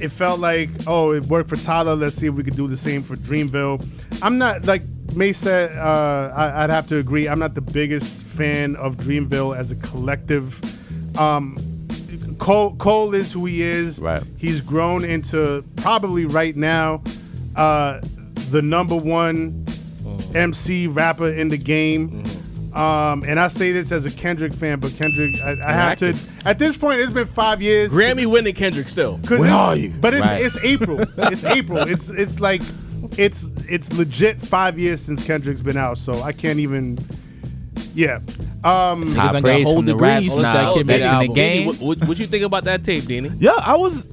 C: It felt like oh, it worked for Tyler. Let's see if we could do the same for Dreamville. I'm not like. May said, uh, I, I'd have to agree. I'm not the biggest fan of Dreamville as a collective. Um, Cole Cole is who he is.
H: Right.
C: He's grown into probably right now uh, the number one MC rapper in the game. Um, and I say this as a Kendrick fan, but Kendrick, I, I have to. At this point, it's been five years.
B: Grammy winning Kendrick still.
C: 'Cause
G: Where
C: it's-
G: are you?
C: But it's
D: Right.
C: it's April. It's April. It's it's like it's it's legit five years since Kendrick's been out, so I can't even. Yeah. Um,
D: High
G: got
D: praise
G: whole
D: from the
G: degrees
D: rap.
G: since
D: Nah,
G: that kid made
D: that's
G: an
D: in
G: album.
D: the
B: Danny,
D: game.
B: what, what, what you think about that tape, Danny?
G: Yeah, I was,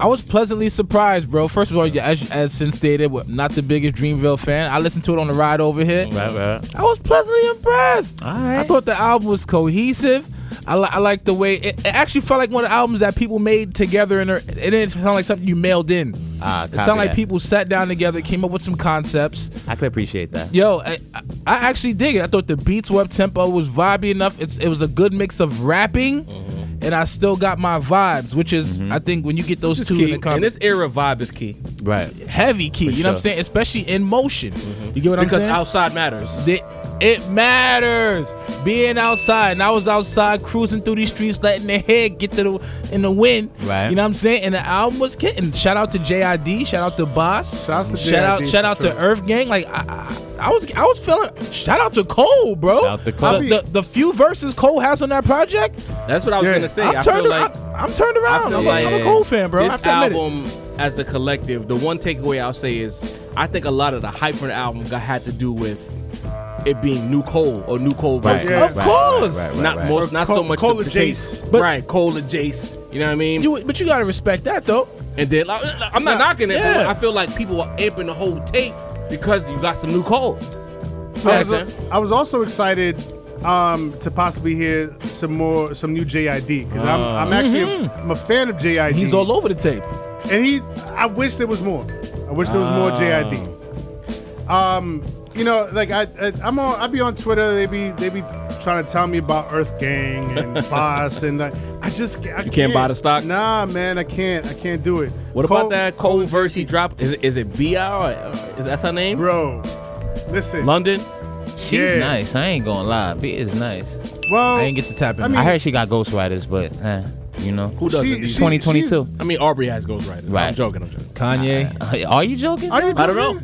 G: I was pleasantly surprised, bro. First of all, yeah, as as since stated, we're not the biggest Dreamville fan. I listened to it on the ride over here. I was pleasantly impressed. I thought the album was cohesive. I, li- I like the way it, it actually felt like one of the albums that people made together, and it didn't sound like something you mailed in.
H: Ah,
G: it
H: copy
G: sounded like
H: that.
G: people sat down together, came up with some concepts.
H: I could appreciate that.
G: Yo, I, I- I actually dig it. I thought the beats were up tempo, was vibey enough. It's it was a good mix of rapping,
B: Mm-hmm.
G: and I still got my vibes, which is I think when you get those
B: This
G: two
B: Mm-hmm. key.
G: in the
B: in
G: comp,
B: this era, vibe is key
H: Right.
G: heavy key. You know what I'm
H: sure.
G: saying? Especially in motion. You get what
B: Mm-hmm. because
G: I'm saying?
B: outside matters.
G: The- it matters being outside, and I was outside cruising through these streets, letting the head get to the in the wind.
H: Right.
G: You know what I'm saying? And the album was kitten. Shout out to JID. Shout out to Boss.
C: Shout out to
G: shout out,
C: JID
G: shout
C: for
G: out
C: sure.
G: to Earth Gang. Like I, I, I was, I was feeling. Shout out to Cole, bro.
H: Shout out to Cole.
G: The, the, the few verses Cole has on that project,
B: That's what I was
C: Yeah.
B: gonna say.
G: I'm
B: I
G: turned.
B: feel
G: ar-
B: like
G: I'm, I'm turned
B: I
G: around.
B: feel
G: I'm,
B: like
G: a, I'm a Cole fan, bro. I have
B: This
G: to admit it.
B: album, as a collective, the one takeaway I'll say is I think a lot of the hype for the album got had to do with it being new Cole or new Cole
H: Right.
B: versus
C: Yeah.
G: Of course.
B: not most, not so
C: Cole-
B: much
C: Cole
B: the
C: or
B: taste.
C: Jace.
G: But-
B: right, Cole or Jace. You know what I mean?
G: You, but you gotta respect that though.
B: and then like, I'm not knocking it, but
G: yeah.
B: I feel like people are amping the whole tape because you got some new Cole.
C: I was,
B: Facts.
C: I was also excited um, to possibly hear some more, some new JID because I'm, I'm actually a, I'm a fan of JID.
G: He's all over the tape.
C: and he. I wish there was more. I wish there was
B: Ah.
C: more JID. Um, you know, like I, I I'm on. I be on Twitter. They be they be trying to tell me about Earth Gang
B: [laughs]
C: and Boss, and like, I just ca- I
B: You can't buy the stock?
C: Nah, man, I can't. I can't do it.
B: What
C: Cole-
B: about that Cole verse he dropped? Is it, is it BR? Or, is that her name?
C: bro? Listen,
B: London.
D: She's
C: Yeah.
D: nice. I ain't gonna lie. B is nice.
C: well,
G: I ain't get to tap in.
C: I mean-
D: I heard she got ghostwriters, but eh. You know,
B: Who doesn't?
C: She-
B: these
C: she-
D: 2022.
B: I mean, Aubrey has ghostwriters. Right. I'm
D: Right.
B: joking. I'm joking.
G: Kanye. [laughs]
D: Are you joking?
C: Are you
B: I don't know.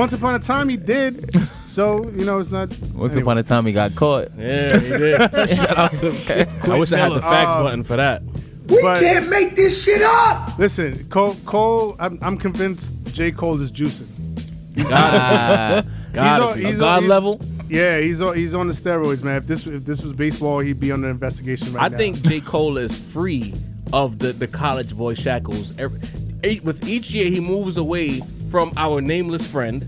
C: Once upon a time,
B: [laughs]
C: he did. So you know, it's not.
D: Once upon a time, he got caught.
B: [laughs] yeah, he did. I wish I had the facts button for that.
C: We can't make this shit up. Listen, Cole. Cole, I'm, I'm convinced J. Cole is juicing.
B: Gotta
C: all-
B: be.
C: [laughs] he's all-
G: God
C: he's-
G: level.
C: Yeah, he's on he's on the steroids, man. If this if this was baseball, he'd be under investigation right
B: I
C: now.
B: think J. Cole is free of the, the college boy shackles. Every, e- with each year, he moves away from our nameless
C: [laughs]
B: friend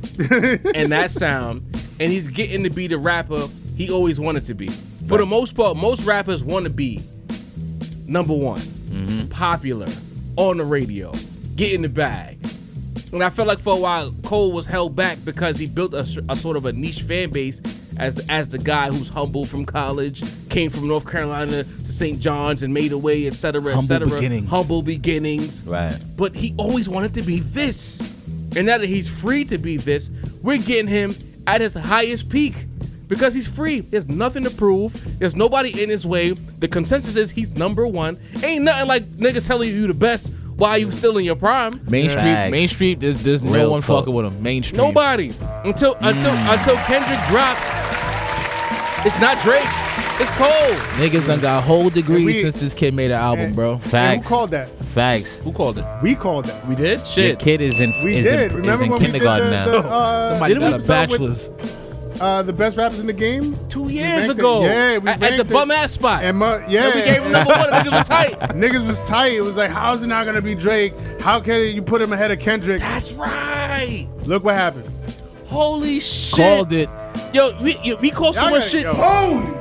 B: and that sound, and he's getting to be the rapper he always wanted to be. For the most part, most rappers want to be number one, popular, on the radio, get in the bag. And I felt like for a while Cole was held back because he built a, a sort of a niche fan base as as the guy who's humble from college, came from North Carolina to St. John's and made a way, et cetera, et
G: Humble
B: cetera.
G: beginnings.
B: Humble beginnings.
D: Right.
B: But he always wanted to be this. And now that he's free to be this, we're getting him at his highest peak because he's free. There's nothing to prove. There's nobody in his way. The consensus is he's number one. Ain't nothing like niggas telling you the best while you still in your prime.
G: Main Street.
D: Facts.
G: Main Street. There's, there's no
D: Real
G: one
D: talk.
G: fucking with him. Main Street.
B: Nobody until until until Kendrick drops. It's not Drake. It's Cole.
G: Niggas done got whole degrees
C: we-
G: since this kid made an album, bro.
C: And
D: Facts.
C: who called that?
D: Facts.
B: Who called it?
C: We called that.
B: We did.
D: Your
B: Shit.
D: kid is in
C: We
D: is
C: did.
D: in, is
C: Remember
D: in
C: when
D: kindergarten
C: we
D: now.
B: [laughs]
C: did the, the, uh,
G: Somebody
B: didn't
G: got
B: we
G: a
B: start with-
G: bachelor's.
C: uh, the best rappers in the game?
B: Two
C: We
B: years
C: ranked
B: ago.
C: It. Yeah, we
B: at, at
C: ranked
B: the
C: it.
B: bum ass spot.
C: And my,
B: And we gave him
C: yeah, [laughs]
B: number one. Niggas was tight.
C: niggas was tight. It was like, how's it not gonna be Drake? How can you put him ahead of Kendrick?
B: That's right.
C: Look what happened.
B: Holy shit.
G: Called it.
B: Yo, we yo, we call so
C: Y'all
B: much
C: gotta
B: shit. Oh,
C: go.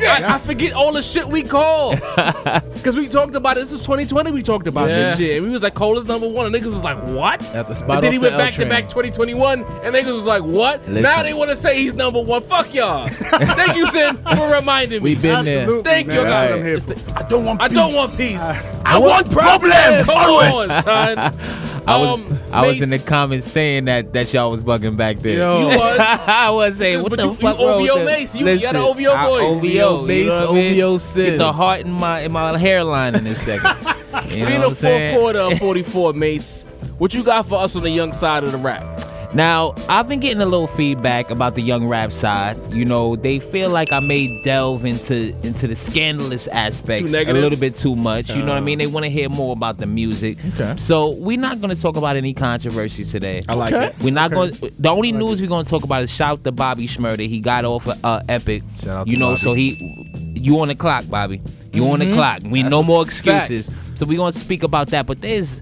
B: I, I forget all the shit we
G: [laughs]
B: call. Cause we talked about it. This is 2020. We talked about
G: Yeah.
B: this shit. And we was like, Cole is number one. And niggas was like, what?
G: At the spot
B: But then
G: off
B: he
G: the
B: went
G: L
B: back to
G: train.
B: back 2021, and niggas was like, "What? Now
D: Listen.
B: they want to say he's number one. Fuck
G: [laughs]
B: y'all. Thank you, Sin, for reminding me.
G: We been there.
C: Absolutely,
B: Thank
C: man.
B: you.
C: That's what I'm here
B: It's
C: for.
B: the-
F: I don't want.
B: I don't
F: peace.
B: want peace.
F: I want problems.
B: [laughs]
G: [laughs]
B: Come
F: Always.
B: on, son.
D: I was
B: Um,
D: I was in the
B: Mace,
D: comments saying that that y'all was bugging back then. [laughs]
G: Yo.
B: You was.
D: I was saying what
B: But
D: the
B: you- you
D: fuck wrong
B: OVO
D: with that?
B: Mace. You- you got an OVO
D: I
B: voice.
D: OVO
G: Mace,
D: you know what I mean?
G: OVO Sid.
D: Get the heart in my in my hairline in this
B: [laughs]
D: second. you
B: we
D: know
B: in
D: what
B: the
D: I'm saying?
B: fourth quarter
G: [laughs]
B: of 44, Mace. What you got for us on the young side of the rap?
D: Now, I've been getting a little feedback about the young rap side. You know, they feel like I may delve into into the scandalous aspects
B: Too
D: a
B: negative? Uh.
D: little bit too much. You know what I mean? They want to hear more about the music.
G: Okay.
D: So we're not going to talk about any controversies today.
B: I like Okay. it.
D: We're not going. The only news we're going to talk about is shout to Bobby Schmurda. He got off of, uh, Epic.
G: Shout out
D: you
G: to
D: know,
G: Bobby.
D: so he, you on the clock, Bobby. You on
B: Mm-hmm.
D: the clock. We no more excuses. So we're going to speak about that. But there's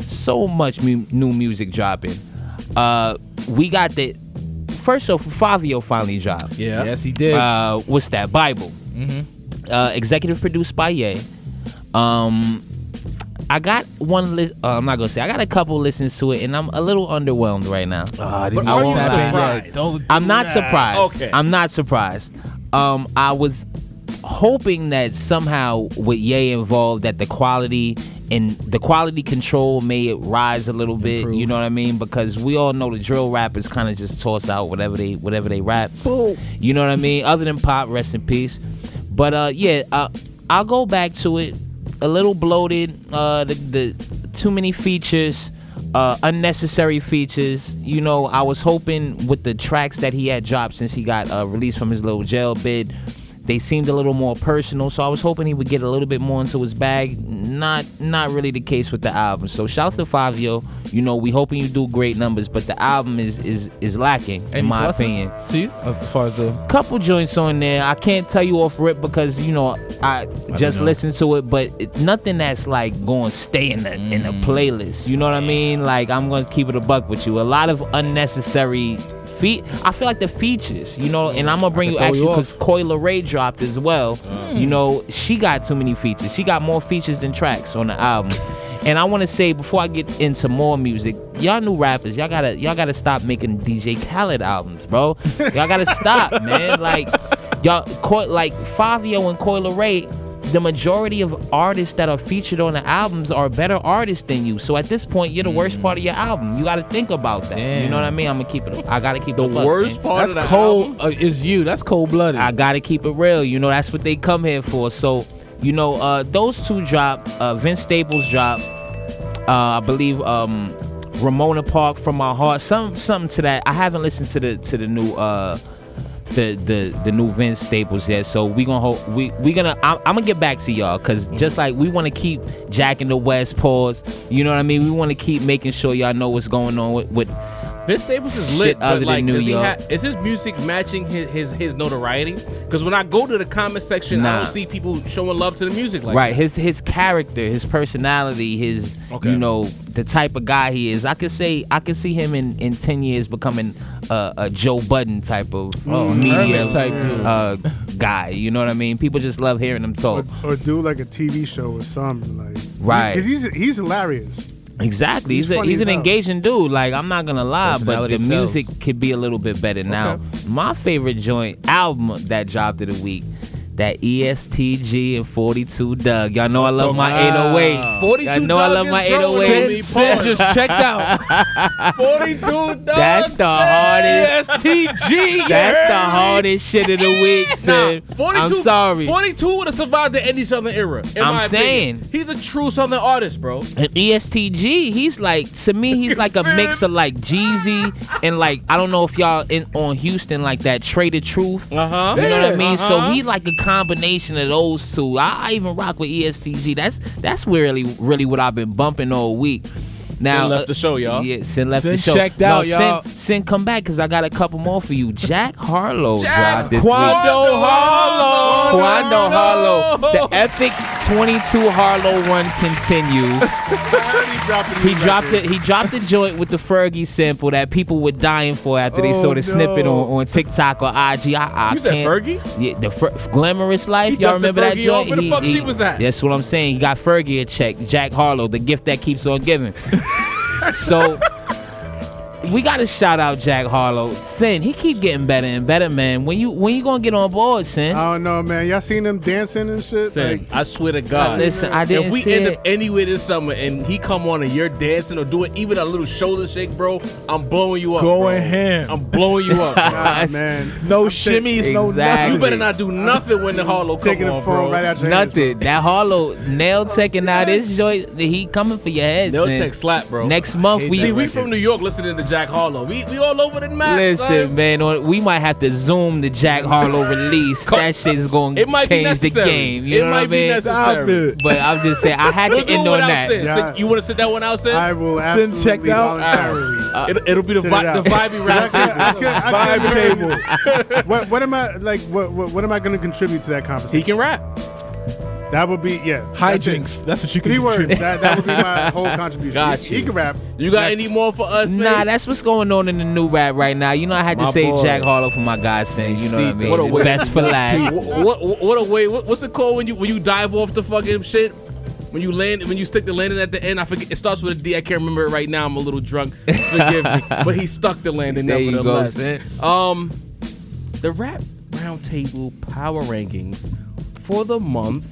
D: so much mu- new music dropping. Uh, we got the first off, Fabio finally dropped.
B: Yeah.
G: Yes, he did.
D: Uh, what's that? Bible. Uh, executive produced by Ye. Um, I got one list. Uh, I'm not gonna say. I got a couple listens to it, and I'm a little underwhelmed right now.
G: Ah, I didn't
B: But are
G: even
B: you
G: tap in yet.
B: surprised?
G: Don't-
D: I'm not surprised.
B: Okay.
D: I'm not surprised. Um, I was hoping that somehow with Ye involved, that the quality and the quality control may rise a little bit. You know what I mean? Because we all know the drill rappers kind of just toss out whatever they whatever they rap.
G: Boo.
D: You know what I mean? Other than pop, rest in peace. But uh, yeah, uh, I'll go back to it. A little bloated. Uh, the, the too many features. Uh, unnecessary features. You know, I was hoping with the tracks that he had dropped since he got uh, released from his little jail bid, they seemed a little more personal. So I was hoping he would get a little bit more into his bag. Not, not really the case with the album. So shouts to Fabio. You know, we hoping you do great numbers, but the album is is is lacking in
G: Any
D: my
G: pluses
D: opinion
G: to you as far as the
D: couple joints on there. I can't tell you off rip because you know I just
G: know.
D: listened to it, but it, nothing that's like going stay in the in
G: Mm.
D: the playlist. You know what I mean? Like I'm gonna keep it a buck with you. A lot of unnecessary feet. I feel like the features. You know, and I'm gonna bring you
G: throw you
D: actually
G: off.
D: because Coil Ray dropped as well.
B: Mm.
D: You know, she got too many features. She got more features than tracks on the album. And I want to say before I get into more music, y'all new rappers, y'all gotta y'all gotta stop making DJ Khaled
B: [laughs]
D: albums, bro. Y'all gotta stop, man. Like y'all, Coi- like Fabio and Coil Ray. The majority of artists that are featured on the albums are better artists than you. So at this point, you're the
B: Mm.
D: worst part of your album. You got to think about that. You
G: Damn.
D: know what I mean? I'm gonna keep it. I gotta keep
B: The
D: it. a buck,
B: worst
D: man.
B: part
G: that's
B: of the
G: cold
B: album?
G: uh, is you. That's cold blooded.
D: I gotta keep it real. You know, that's what they come here for. So You know, uh, those two drop. Uh, Vince Staples drop. Uh, I believe um, Ramona Park from My Heart. Some something to that. I haven't listened to the to the new uh, the the the new Vince Staples yet. So we gonna hold, we we gonna I'm, I'm gonna get back to y'all because just like we want to keep Jack in the West pause. You know what I mean? We want to keep making sure y'all know what's going on with. with
B: Vince Staples is
D: Shit
B: lit,
D: other
B: but
D: than
B: like,
D: New
B: does he
D: York.
B: ha- is his music matching his his, his notoriety? Because when I go to the comment section, I
D: Nah.
B: don't see people showing love to the music like
D: right his his character his personality his
B: Okay.
D: you know the type of guy he is i could say i could see him in in 10 years becoming a, a joe budden type of
C: Oh,
D: media
G: Herman type dude.
D: uh guy you know what i mean people just love hearing him talk
C: Or, or do like a TV show or something like
D: Right.
C: Because he's he's hilarious.
D: exactly he's,
C: He's
D: a,
C: funny
D: he's
C: as
D: an
C: hell.
D: engaging dude like i'm not gonna lie but
G: Personality
D: the
G: sells.
D: music could be a little bit better now my favorite joint album that dropped of the week that E ESTG and 42 Doug. Y'all know I love my 808s.
B: 42
D: Y'all know I
B: Doug
D: love
B: is
D: my
B: rolling.
D: 808s.
B: Sin-
G: Sid, Sid just
B: [laughs]
G: checked out.
D: [laughs]
B: that. Forty two.
D: That's the hardest. [laughs]
G: STG.
D: That's the hardest shit of the week,
B: Nah,
D: Sid.
B: 42,
D: I'm sorry.
B: 42 would have survived the any Southern era. in
D: I'm
B: my opinion.
D: saying. Uh-huh.
B: he's a true Southern artist, bro.
D: And E ESTG, he's like to me, he's like a mix of like Jeezy and like I don't know if y'all in on Houston like that Trade of Truth.
B: huh.
D: You know what I mean? So
B: Uh-huh.
D: he like a combination of those two. I, I even rock with E ESTG. That's that's really really what I've been bumping all week. Now uh,
B: left the show, y'all.
D: Yeah, Sin left the
G: Sin
D: show.
G: checked out, y'all.
D: Sin, Sin, come back because I got a couple more for you. Jack Harlow dropped this week.
G: Quando Harlow.
D: Quando Harlow.
B: no.
D: The epic 22 Harlow run
B: [laughs]
D: continues. he dropped it. He dropped the joint with the Fergie sample that people were dying for after they
C: Oh,
D: saw the snippet
C: no.
D: on, on TikTok or IG. I, I
B: You said
D: can't-
B: Fergie?
D: Yeah, the Fer- glamorous life.
B: He
D: Y'all
B: dusted
D: remember that
B: Fergie off.
D: joint?
B: Where the fuck she was at?
D: That's what I'm saying. He got Fergie a check. Jack Harlow, the gift that keeps
B: [laughs]
D: on giving. so we gotta shout out Jack Harlow. Sin, he keep getting better and better, man. When you when you gonna get on board, Sin?
C: I don't know, man. Y'all seen him dancing and
B: [laughs]
C: shit?
B: Sin,
C: Like,
B: I swear to God.
D: Listen, I didn't
B: If we
D: see
B: end
D: it.
B: up anywhere this summer and he come on and you're dancing or doing even a little shoulder shake, bro, I'm blowing you up.
G: Going
B: bro.
G: ham.
B: I'm blowing you up.
C: [laughs]
B: bro.
C: ah, man.
G: No
C: saying-
G: shimmies, no
D: Exactly.
B: You
G: nothing.
B: better not do nothing when the Harlow come
C: Taking the
B: on,
C: phone
B: bro.
C: right out your hands, bro.
D: Nothing. That Harlow nail taking out his joint. He coming for your head.
B: They'll
D: son.
B: take slap, bro.
D: Next month we
B: See, we from New York listening to Jack Harlow. We we all over the map.
D: listen,
B: son.
D: man. or We might have to zoom the Jack Harlow release. that shit's
B: [laughs]
D: going
B: It might
D: to
B: be
D: change the
B: necessary.
D: game. You
B: It
D: know
B: might
D: what I
B: be
D: mean?
B: necessary.
G: Stop it.
D: But I'm just saying, I had
B: We'll
D: to
B: do
D: end
B: it
D: on
B: without
D: that.
B: Sin.
C: Yeah.
B: You want to sit that one out, Sin?
C: I will
G: Sin
C: absolutely
G: checked out.
B: [laughs]
C: voluntarily.
B: it'll, it'll be the,
C: Sit
B: vi-
C: it out.
B: the vibey
C: I [laughs]
B: round
C: could- I could-
B: table.
C: I
G: Vibe
C: could
G: table.
C: really- [laughs] What what am I like? What what, what am I going to contribute to that
B: He
C: conversation?
B: can rap.
C: That would be yeah.
G: High
C: that's it.
G: drinks. That's what you can
C: Three
G: do.
C: words. That, that would be my whole contribution.
B: Got
C: He- He
B: you.
C: can rap.
B: You got
C: Next.
B: any more for us, man?
D: Nah, that's what's going on in the new rap right now. You know, I had to
B: My
D: save
B: boy.
D: Jack Harlow for my guy saying, you know what I mean?
B: What a
D: The
B: waste.
D: Best
B: [laughs]
D: for last.
B: what, what what a way. What, what's it called when you when you dive off the fucking shit? When you land, when you stick the landing at the end, I forget. It starts with a D. I can't remember it right now. I'm a little drunk. Forgive
D: [laughs]
B: me, but he stuck the landing.
D: There you go,
B: nevertheless.
D: Sin.
B: um, the rap roundtable power rankings for the month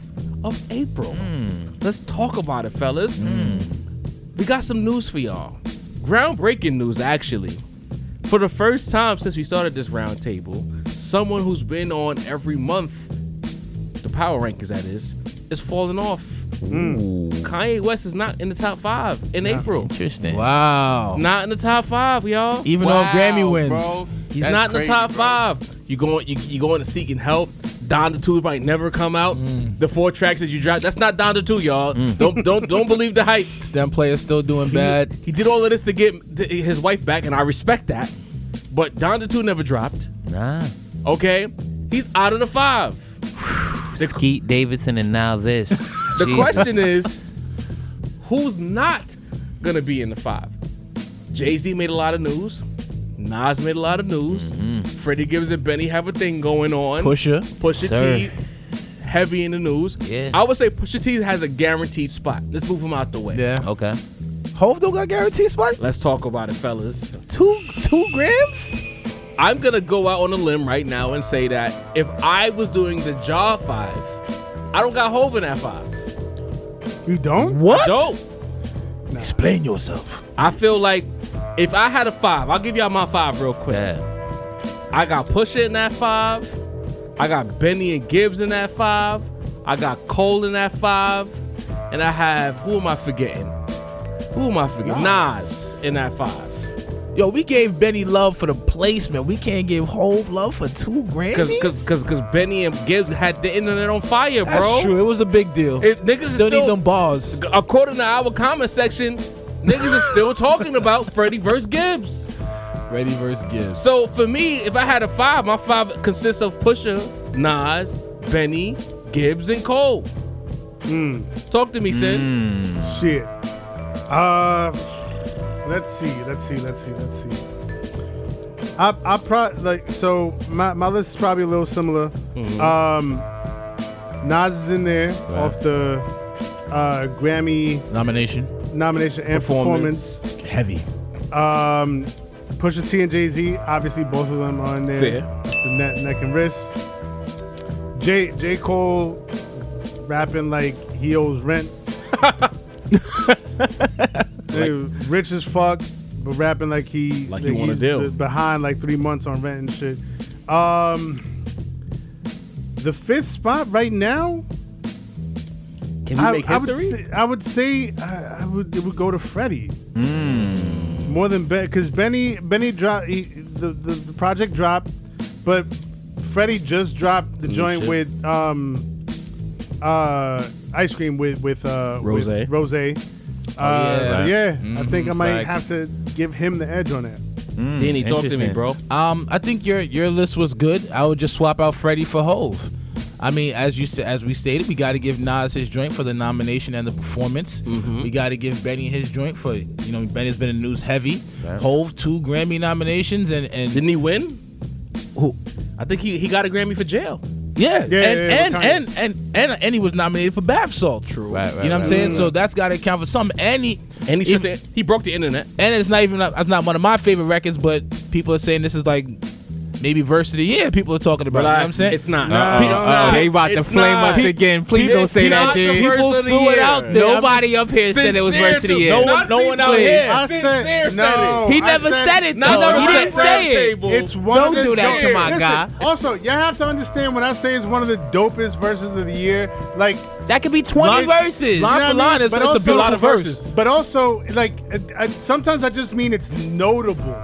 B: of April.
D: Hmm.
B: Let's talk about it, fellas. We got some news for y'all. Groundbreaking news, actually. For the first time since we started this roundtable, someone who's been on every month, the power rankings that is, is falling off. Kanye West is not in the top five in April.
D: Interesting.
G: Wow.
B: Not in the top five, y'all.
G: Even on Grammy wins.
B: bro. He's
F: That's
B: not in the
F: crazy,
B: top
F: bro.
B: five. You going you, you going to seeking help. Don the Two might never come out.
G: Mm.
B: The four tracks that you dropped, that's not Don the Two, y'all. Don't don't
G: [laughs]
B: don't believe the hype.
G: Stem players still doing Mm. bad.
B: He did all of this to get to his wife back, and I respect that. But Don the Two never dropped.
D: Nah.
B: Okay, he's out of the five.
D: Skeet Davidson and now this.
B: The
D: Jesus.
B: question is, who's not gonna be in the five? Jay Z made a lot of news. Nas made a lot of news.
D: Mm-hmm.
B: Freddie Gibbs and Benny have a thing going on.
G: Pusher.
B: Pusha
D: Sir.
B: T, heavy in the news.
D: Yeah.
B: I would say Pusha T has a guaranteed spot. Let's move him out the way.
G: Yeah.
D: Okay.
G: Hove don't got guaranteed spot.
B: Let's talk about it, fellas.
G: Two two grams.
B: I'm gonna go out on a limb right now and say that if I was doing the Jaw Five, I don't got Hov in that five.
C: You don't?
G: What?
B: Dope.
G: Explain yourself.
B: I feel like if I had a five, I'll give y'all my five real quick.
D: Yeah.
B: I got Pusha in that five. I got Benny and Gibbs in that five. I got Cole in that five, and I have who am I forgetting? Who am I forgetting? Nas in that five.
G: Yo, we gave Benny love for the placement. We can't give Hove love for two grand.
B: Cause, cause, cause, cause Benny and Gibbs had the internet on fire,
G: That's
B: bro.
G: true. It was a big deal.
B: It- niggas is
G: still need
B: still-
G: them bars.
B: According to our comment section, niggas are still talking about Freddie versus Gibbs.
G: Freddie versus Gibbs.
B: So for me, if I had a five, my five consists of Pusha, Nas, Benny, Gibbs, and Cole. Talk to me, Sin.
C: Shit. Uh, let's see. Let's see. Let's see. Let's see. I I pro like so my, my list is probably a little similar. Um, Nas is in there off the uh, Grammy
G: Nomination.
C: nomination and performance.
G: Heavy.
C: Um, Pusha T and Jay Z, obviously both of them are in there.
B: Fair.
C: The neck, neck and wrist. J J Cole rapping like he owes rent.
B: [laughs]
C: Nigga, rich as fuck, but rapping like he
B: Like he wanna
C: he's
B: deal.
C: be- behind like three months on rent and shit. Um, the fifth spot right now.
B: Can we
C: I,
B: make
C: I would
B: history?
C: say, I would say uh, I, I would it would go to Freddie.
B: Hmm.
C: More than Ben, because Benny Benny dropped he, the, the the project dropped, but Freddie just dropped the joint
B: shit.
C: with um uh ice cream with with uh
B: Rosé. Oh, Mm-hmm.
C: with Rose. Uh, yeah, so
H: Right.
C: yeah I think I might
G: facts.
C: have to give him the edge on that.
B: Danny, talk to me,
H: interesting.
B: bro.
G: Um, I think your your list was good. I would just swap out Freddie for Hove. I mean, as you said, as we stated, we got to give Nas his joint for the nomination and the performance. We got to give Benny his joint for you know Benny's been in the news heavy. Hove two Grammy nominations and and
B: Didn't he win?
G: who?
B: I think he, he got a Grammy for jail.
C: Yeah,
G: Yeah, and,
C: yeah,
G: and,
C: yeah,
G: and, and and and he was nominated for bath salt. True,
H: Right,
G: you
H: right,
G: know what I'm
H: right,
G: saying?
H: right,
G: So that's got to count for something. And he
B: And he, shook
G: if-
B: the, he broke the internet.
G: and it's not even it's not one of my favorite records, but people are saying this is like maybe verse of the year. People are talking about. it, you know what I'm saying
B: It's not.
C: Nah,
B: It's
C: it's
H: Uh-oh,
B: not.
H: Uh, they about to
B: It's
H: flame
B: not.
H: us again. Please
B: Pe-
H: don't say that,
B: Pe-
H: dude.
B: Pe-
G: People
B: Verse of the
G: threw it
B: year.
G: out there.
D: Nobody up here said it was
B: Sincere
D: verse of the
B: dude.
D: year.
G: No
B: Not
G: one- no one
B: people
G: out here.
B: here.
C: I
B: Sincere
C: said no.
G: He
C: I
G: never said it,
B: No,
G: though.
B: no,
G: He
B: he
G: didn't
B: didn't
G: say it.
B: say it.
C: It's one
G: Don't
C: of the
G: do that to
C: dopest-
G: my
C: Listen,
G: guy.
C: Also, y'all have to understand when I say it's one of the dopest verses of the year. Like
D: That could be 20
G: Line-
C: You
D: verses.
G: line
C: know
G: for
C: what I
G: line,
C: mean?
G: it's,
C: But
G: it's a
C: also-
G: beautiful
C: Lot of
G: verse.
C: But also, like I, I, sometimes I just mean it's notable.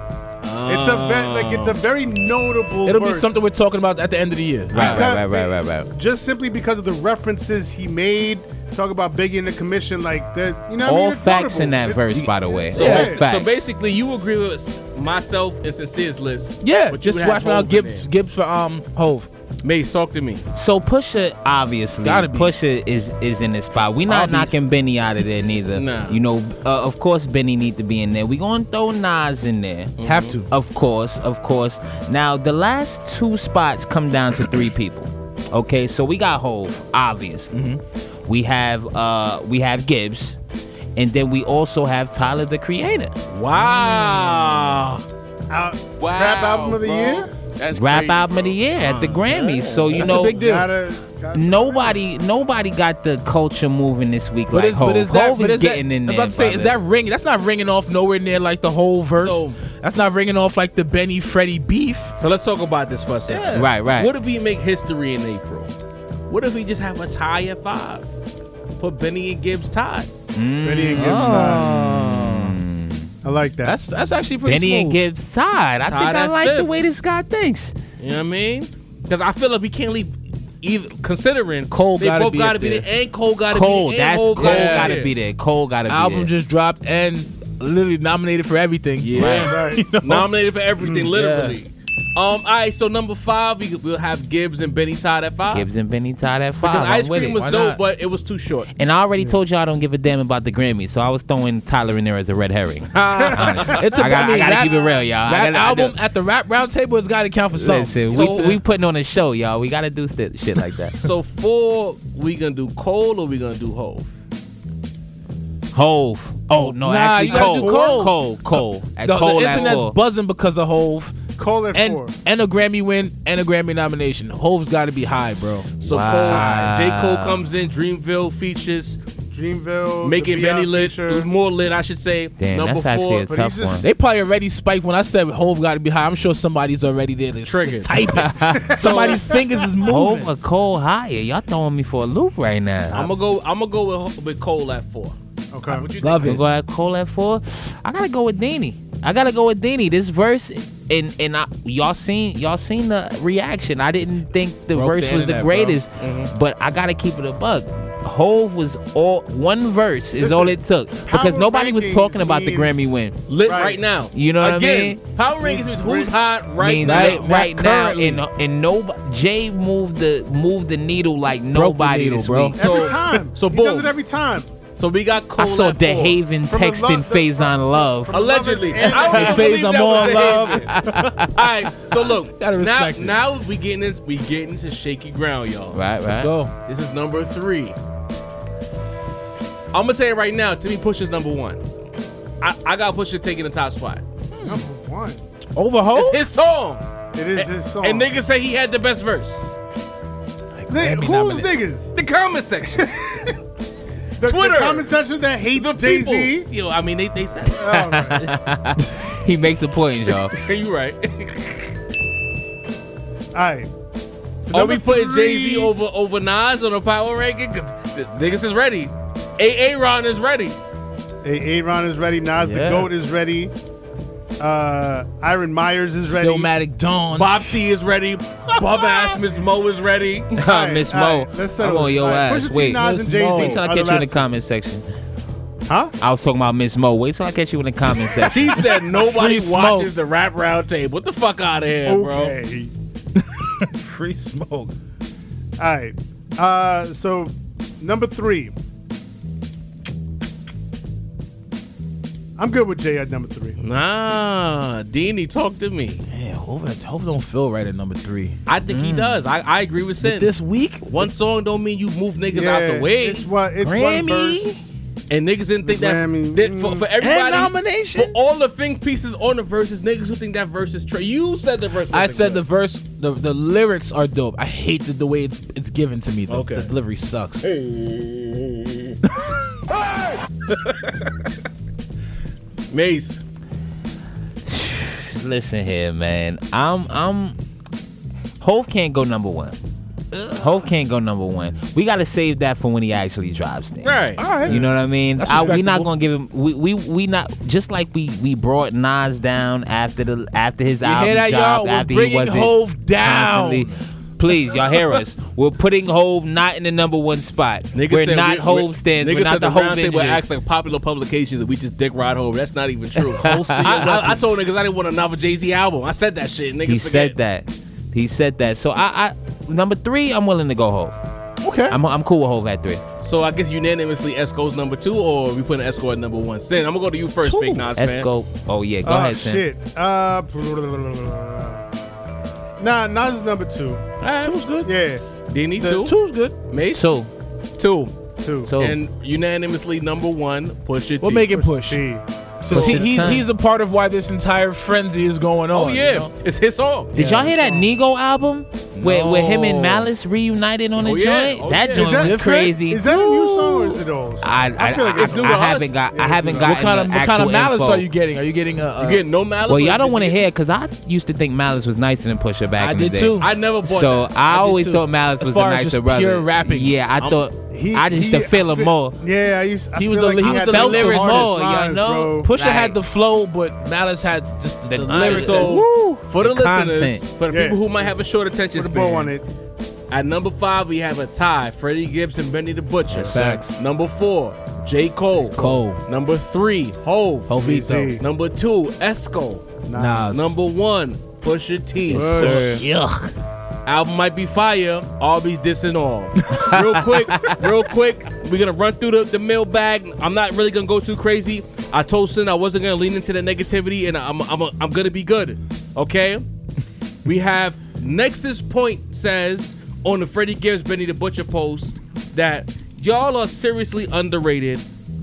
C: It's a ve- like it's a very notable.
G: It'll be
C: verse.
G: something we're talking about at the end of the year.
H: Right,
C: because-
H: right, right, right, right, right.
C: Just simply because of the references he made. Talk about Biggie and the Commission, like that. You know, what I
H: All
C: mean? It's
H: facts in
C: notable.
H: that
C: It's-
H: verse, by the way.
C: So-
H: All
C: so
H: facts.
B: So basically, you agree with myself and Sincere's list.
G: Yeah,
B: but you
G: just
B: would
G: watch
B: have
G: out
B: Hov in
G: Gibbs, Gibbs for um Hove.
B: there. Mace, talk to me.
D: So Pusha, obviously,
G: Gotta be.
D: Pusha is is in this spot. We not
G: Obvious.
D: knocking Benny out of
G: [laughs]
D: there neither.
B: Nah.
D: You know, uh, of course Benny need to be in there. We gonna throw Nas in there.
G: Mm-hmm. Have to.
D: Of course, of course. Now the last two spots come down to
G: [coughs]
D: three people. Okay, so we got Hove, obviously.
G: Mm-hmm.
D: We have uh we have Gibbs, and then we also have Tyler the Creator.
B: Wow.
C: Uh, rap album of the year.
F: That's
D: Rap
F: crazy,
D: album of
F: bro.
D: the year at the Grammys. So you
G: Oh, That's a
D: know
G: big deal.
C: Gotta- gotta-
D: Nobody, nobody got the culture moving this week like Hov. Hov is getting in
G: I'm
D: there.
G: about to say, is that
D: brother.
G: ring? That's not ringing off nowhere near like the whole verse.
B: So-
G: that's not ringing off like the Benny Freddie beef.
B: So let's talk about this for a second.
G: Yeah.
D: right? Right.
B: What if we make history in April? What if we just have a tie at five? Put Benny and Gibbs tied.
C: Benny and Gibbs
B: Oh.
C: time. I like that.
G: Ah, That's that's actually pretty
D: Benny and
G: smooth.
D: Gibbs tied. I
B: Tied
D: think I
B: at
D: like the
B: fifth.
D: way this guy thinks.
B: You know what I mean? Because I feel like we can't leave either. Considering
G: Cole
B: they
G: gotta
B: both
G: be
B: gotta
G: up
B: be
G: there.
B: there, and Cole gotta
D: Cole,
B: be there, and
D: that's
B: Hov
D: Cole
B: there.
D: gotta be there. Cole gotta be
G: album
D: there.
G: just dropped and literally nominated for everything.
B: Yeah.
C: right.
D: [laughs]
B: Nominated for
G: Mm,
B: everything, literally. Um, all right, so number five, we, we'll have Gibbs and Benny tied at five.
D: Gibbs and Benny tied at five.
B: Because
D: I'm
B: ice
D: with
B: cream
D: it.
B: was
G: Why
B: dope,
G: not?
B: but it was too short.
D: and I already told you all I don't give a damn about the Grammys, so I was throwing Tyler in there as a red herring. [laughs] Honestly,
G: [laughs] It's a
D: I gotta,
G: I mean,
D: I gotta
G: rap-
D: keep it real, y'all. I
G: Rap
D: gotta- I
G: album
D: do-
G: at the rap round table has got to count for something.
D: Listen,
B: So-
D: we, we putting on a show, y'all. We gotta do th- shit like that.
B: So four, we gonna do Cole or we gonna do Hove?
D: Hove. Oh no,
G: Nah,
D: actually
G: you gotta
D: Cole.
G: do
D: Cole.
G: Cole.
D: Cole. Cole. At
G: No,
D: Cole
G: the
D: at
G: internet's
D: four.
G: buzzing because of Hove
C: Cole at
G: and
C: four.
G: and a Grammy win and a Grammy nomination. Hove's got to be high, bro.
B: So
D: Wow.
B: Cole, J Cole comes in, Dreamville features,
C: Dreamville,
B: Make
C: the
B: it very
C: VR
B: lit,
C: feature.
B: more lit, I should say.
D: Damn,
B: Number
D: that's actually
B: four,
D: a
C: but
D: tough
C: he's just-
D: one.
G: They probably already spiked when I said Hove got to be high. I'm sure somebody's already there. to
B: Triggered.
G: Type it. Somebody's fingers is moving.
D: Over Cole higher. Y'all throwing me for a loop right now.
B: I'm gonna go. I'm gonna go with, with Cole at four.
C: Okay.
B: What you
G: Love
D: I'm
G: it.
D: going to Cole at four. I gotta go with Danny. I gotta go with Danny. This verse and and I, y'all seen y'all seen the reaction. I didn't think the
G: Broke
D: verse
G: the
D: was the
G: internet, bro.
D: greatest, but I gotta keep it a bug. Hove was all one verse is all it took because
C: power
D: nobody was
C: rankings
D: talking about the
C: means-
D: Grammy win.
B: lit right,
C: Right.
B: now?
D: You know what I
B: Again,
D: mean?
B: Power rankings means who's hot right
D: means
B: now.
D: lit right now,
B: currently.
D: and and no Jay moved the moved the needle like nobody
G: needle,
D: this
G: bro.
D: week.
C: Every
B: So-
C: time.
B: so
C: he does
B: boom.
C: it every time.
B: So we got Cole.
D: I saw
B: at four.
D: DeHaven
C: From a love-
D: texting
C: the- from-
D: Faison Love.
C: from a
B: Allegedly,
C: Lovers and-
B: I don't
C: Hey,
B: believe
G: Faze, I'm
B: that was
G: on
B: DeHaven.
G: love.
B: All right, so look,
G: Gotta
B: now
G: respect it.
B: now we getting into, we getting into shaky ground, y'all.
D: Right, right.
G: Go.
B: This is number three. I'm gonna tell you right now, Timmy Push is number one. I, I got Pusha taking the top spot.
C: Number one.
G: Over Hove?
B: It's his song,
C: It is his song.
B: and niggas say he had the best verse.
C: Ni-
G: Grammy
C: who's
G: nominee.
C: niggas?
B: The comment
C: [laughs]
B: section,
C: The,
B: Twitter.
C: the comment section that hates
B: the
C: Jay
B: people.
C: Z.
B: You know, I mean, they they said it.
C: Uh,
D: He makes a point,
G: [laughs]
D: y'all.
B: you
C: [laughs]
B: right.
C: All right. So
B: Are we
C: number
B: putting Jay Z
C: three-
B: over over Nas on a power ranking? 'Cause the Niggas is ready. A Ron is ready.
C: A- Aaron is ready. Nas the
G: Yeah.
C: Goat is ready. Uh, Iron Myers is ready.
G: Stillmatic Dawn.
B: Bob T is ready.
C: [laughs]
B: Bum ass Miss Mo is ready.
D: Huh, Miss
C: all right,
D: Mo,
C: let's
D: I'm
C: settle
D: on
C: this.
D: your
C: All right,
D: ass.
C: Pusha T,
D: Wait,
C: Nas,
G: Miss
C: and Jay-Z
G: Mo.
D: wait till
C: are
D: I
C: the
D: catch you in the
C: last-
D: comment section.
C: Huh?
D: I was talking about Miss Mo. Wait till I catch you in the comment section.
B: She
G: [laughs]
B: said nobody
G: Free smoke.
B: watches the rap round table. What the fuck out of here, bro?
C: Okay.
G: Free smoke.
C: All right. Uh, so number three. I'm good with Jay at number three.
B: Nah, Deanie, talk to me.
G: Man, Hove, Hove don't feel right at number three.
B: I think he does. I, I agree with Sin.
G: Mm. This week,
B: one song don't mean you move niggas out the
C: Yeah,
B: way,
C: It's what it's one
G: Grammy.
C: verse.
B: and niggas didn't think that,
C: Grammy.
B: that for, for
G: mm. And
B: everybody
G: nomination.
B: for all the thing pieces on the verses. Niggas who think that verse is true. You said the verse.
G: I
B: wasn't
G: said the
B: good.
G: verse, the, the lyrics are dope. I hate the, the way it's it's given to me. The,
B: Okay.
G: the delivery sucks. [laughs]
B: Mace.
D: Listen here, man. I'm I'm Hove can't go number one. Hove can't go number one. We gotta save that for when he actually drops things.
B: Right.
D: You know what I mean?
G: That's
D: I, we not
G: respectable.
D: gonna give him. We, we we not just like we we brought Nas down after the after his
G: You
D: album
G: hear that,
D: dropped,
G: y'all? We're
D: after he
G: bringing
D: wasn't
G: Hov down.
D: constantly- Please, y'all hear us. We're putting Hove not in the number one spot.
B: Niggas
D: we're
B: said
D: not
B: we-
D: Hove stands.
B: Niggas
D: We're not
B: said
D: the
B: round
D: Hove
B: table
D: Avengers.
B: acts like popular publications and we just dick ride Hove. That's not even
D: [laughs]
B: true. I,
G: Holster your
B: I, I
G: weapons.
B: told niggas I didn't want another Jay Z album. I said that shit. Niggas
D: He
B: forget.
D: said that. He said that. So I, I number three, I'm willing to go Hove.
G: Okay.
D: I'm I'm cool with Hove at three.
B: So I guess unanimously Esco's number two, or we putting Esco at number one. Sin, I'm gonna go to you first,
G: Two.
B: Big Nas
D: Let's
B: fan.
D: go. Oh yeah, go
C: oh
D: ahead, Sam.
C: shit. Uh, nah, Nas is number two.
B: All right.
G: Two's good.
C: Yeah,
B: Dini
C: The
B: two,
G: Two's good.
B: Mace
D: So Oh.
B: two,
C: two.
D: so
B: and unanimously number one Pusha
G: We'll
B: T.
G: make it push.
C: T.
G: So
D: Push
G: he,
D: it
G: he's,
D: time.
G: he's a part of why this entire frenzy is going on.
B: Oh yeah,
G: you know?
B: it's his song.
D: Did y'all hear that Nego album where, where him and
G: No.
D: Malice reunited on
B: Oh,
D: the
B: yeah.
D: joint?
B: Oh,
D: that
B: yeah.
D: joint
B: Is
C: that
D: was
C: correct?
D: crazy.
C: Is that a new song or is it old?
D: I I, I,
C: feel like
D: I,
C: it's new
B: to us.
D: haven't got
C: Yeah,
D: I
C: it's
D: haven't
C: new to
D: gotten
G: What kind of
D: the
G: what kind
D: actual
G: of malice
D: info.
G: are you getting? Are you getting a? a
B: You getting no malice?
D: Well,
B: or
D: y'all don't
B: did
D: want to
B: you-
D: hear because I used to think Malice was nicer than Pusha back
G: I
D: in the
G: did
D: day.
G: too.
B: I never bought
D: So
B: that.
D: I,
G: I did
D: always
G: too.
D: thought Malice
G: As
D: was
G: far
D: a
G: as
D: nicer
G: just
D: brother.
G: pure rapping.
D: Yeah, I
B: I'm-
D: thought
C: He-
D: I just
C: he-
D: used to feel
C: I
D: him
C: feel- [laughs]
D: more.
C: Yeah, I used. I
G: He
C: feel
G: was the-
C: like
G: he was
C: had
G: the
C: hardest
G: lyrics
D: more, y'all
C: lines,
D: know?
C: bro.
G: Pusha had
D: Right.
G: the flow, but Malice had just the,
D: The
G: the
D: concept.
G: lyrics.
B: So
G: that- Woo!
B: for the,
D: The
B: listeners,
D: content.
B: for the
C: Yeah.
B: people who might have a short attention
C: Put a
B: span,
C: bow on it.
B: At number five, we have a tie: Freddie Gibbs and Benny the Butcher.
G: That's facts.
B: Number four, J. Cole.
G: [laughs] Cole.
B: Number three, Hove.
G: Jovito.
C: Easy.
B: Number two, Esco.
G: Nas.
B: Number one, Pusha T.
C: sir.
G: Yuck.
B: Album might be fire. Arby's dissing all. real [laughs] quick, real quick. We're gonna run through the, the mail bag. I'm not really gonna go too crazy. I told Sin I wasn't gonna lean into the negativity, and I'm I'm I'm gonna be good. Okay. we have Nexus Point says on the Freddie Gibbs Benny the Butcher post that y'all are seriously underrated.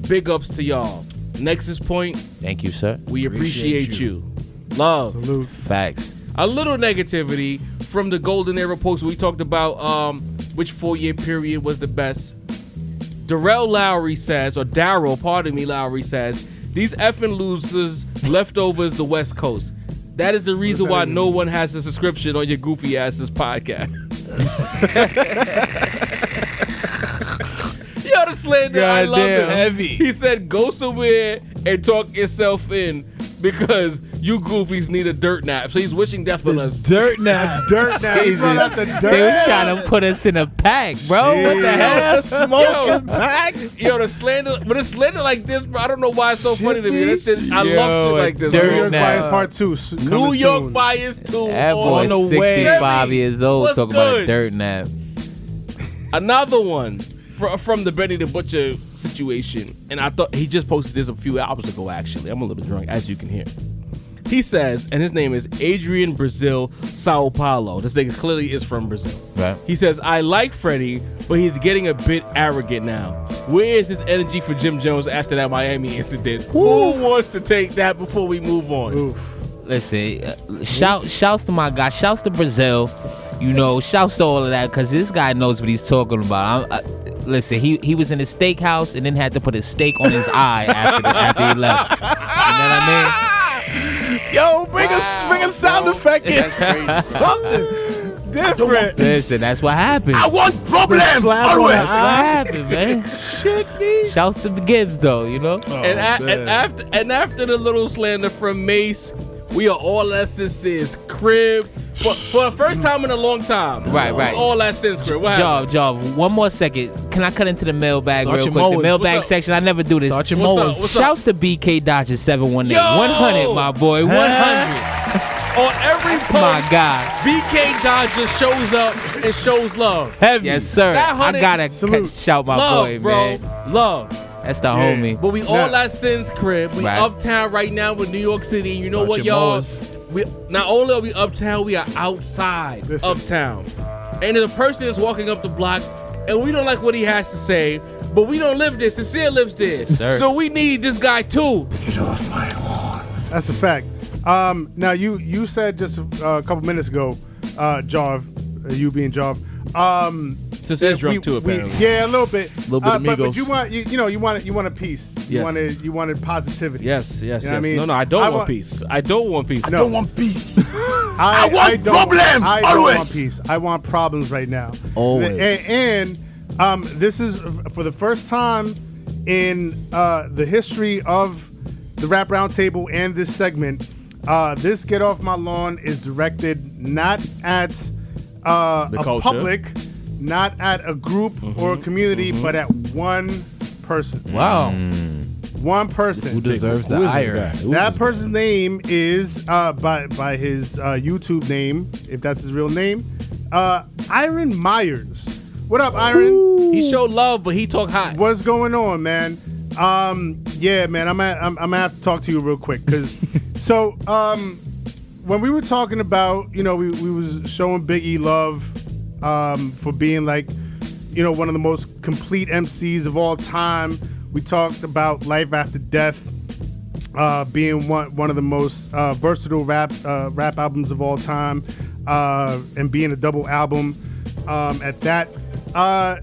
B: Big ups to y'all. Nexus Point,
D: Thank you, sir.
B: we appreciate, you. Love
D: Facts.
B: a little negativity from the golden era post we talked about um which four year period was the best Darrell Lowry says, or Daryl, pardon me, Lowry says, these effing losers leftovers the West Coast. That is the reason why no one has a subscription on your goofy asses podcast. [laughs] Yo, the slander, I love
G: Goddamn.
B: it.
G: Heavy.
B: He said, go somewhere and talk yourself in because you goofies need a dirt nap. So he's wishing death on us.
G: Dirt now.
C: Dirt now. He brought out the dirt.
H: They was trying to put us in a pack, bro. What the hell?
G: Smoking packs.
B: Yo, the slander, but it's slander like this, bro. I don't know why it's so funny to me. This shit, I
H: Yo,
B: love shit like this.
H: dirt
C: New
B: bro.
C: York
H: now.
C: Bias Part Two. s-
B: New
C: coming
B: York
C: soon.
B: bias too.
H: That boy
B: on the
H: is
B: way.
H: 65 years old
B: What's
H: talking about a
B: good?
H: dirt nap.
B: Another one from, from the Benny the Butcher situation, and I thought he just posted this a few hours ago. Actually, I'm a little drunk, as you can hear. He says, and his name is Adrian Brazil Sao Paulo. This nigga clearly is from Brazil.
H: Right.
B: He says, I like Freddie, but he's getting a bit arrogant now. Where is his energy for Jim Jones after that Miami incident? Who wants to take that before we move on?
H: Listen, uh, shout shouts to my guy. Shouts to Brazil. You know, shouts to all of that because this guy knows what he's talking about. I'm, I, listen, he he was in a steakhouse and then had to put a steak on his eye after, the, after he left. You know what I mean?
G: Yo, bring a bring a sound effect in. [laughs] Something different.
H: Listen, that's what happened.
F: I want problems always.
H: That's what happened, man. Shouts to Gibbs though, you know.
B: and, a- and after and after the little slander from Mace, we are all that since is crib for, for the first time in a long time.
H: Right, right.
B: All that since crib. What happened?
H: Job, job. One more second. Can I cut into the mailbag
G: Start
H: real
G: your
H: quick?
G: mowers.
H: The mailbag
B: What's up?
H: section. I never do this.
G: Start your
B: What's up?
G: mowers.
B: What's
H: Shouts to BK Dodgers 718.
B: Yo!
H: 100, my boy. 100.
B: [laughs] On every
H: That's
B: post,
H: my guy.
B: BK Dodger shows up and shows love.
G: Heavy.
H: Yes, sir. I
B: That 100
H: gotta
C: Salute.
H: cut- shout my
B: love,
H: boy,
B: bro.
H: man.
B: Love.
H: That's the homie.
B: But we all at Sin's crib. We
H: Right.
B: uptown right now with New York City. And you know
G: Start
B: what,
G: your
B: y'all?
G: mowers.
B: We not only are we uptown, we are outside
C: Listen.
B: uptown. And there's a person that's walking up the block, and we don't like what he has to say. But we don't live this. Cecile lives this.
H: Sir.
B: So we need this guy too.
C: That's a fact. Um, now you you said just a uh, couple minutes ago, uh, Jarv, uh, you being Jarv. Um,
B: Cecile's
C: we-
B: drunk too,
C: we-
B: apparently.
C: yeah, a little bit.
G: Little bit
C: uh,
G: of
C: but, but
G: Migos.
C: you want you, you know you want you want a peace. You
B: Yes.
C: wanted you wanted positivity.
B: Yes, yes,
C: You know what I
B: yes.
C: mean?
B: No, no, I don't
C: I
B: want,
C: want-
B: peace. I don't want peace.
C: No.
F: I don't want peace.
C: I,
F: I want
C: don't want-
F: problems,
C: I
F: always.
C: don't want peace. I want problems right now.
G: Always.
C: And, and, um, this is for the first time in uh, the history of the Rap Roundtable and this segment. Uh, this Get Off My Lawn is directed not at uh,
B: The
C: a
B: culture.
C: public, not at a group or a community, but at one person.
G: Wow.
C: One person.
G: Who deserves the ire?
C: That person's name is uh, by by his uh, YouTube name, if that's his real name, uh, Iron Myers. What up, Iron?
B: He showed love, but he talk hot.
C: What's going on, man? Um, yeah, man, I'm at, I'm, I'm gonna have to talk to you real quick because so um, when we were talking about you know we, we was showing Biggie love um, for being like you know one of the most complete MCs of all time. We talked about life after death uh, being one one of the most uh, versatile rap uh, rap albums of all time, uh, and being a double album um, at that. Uh,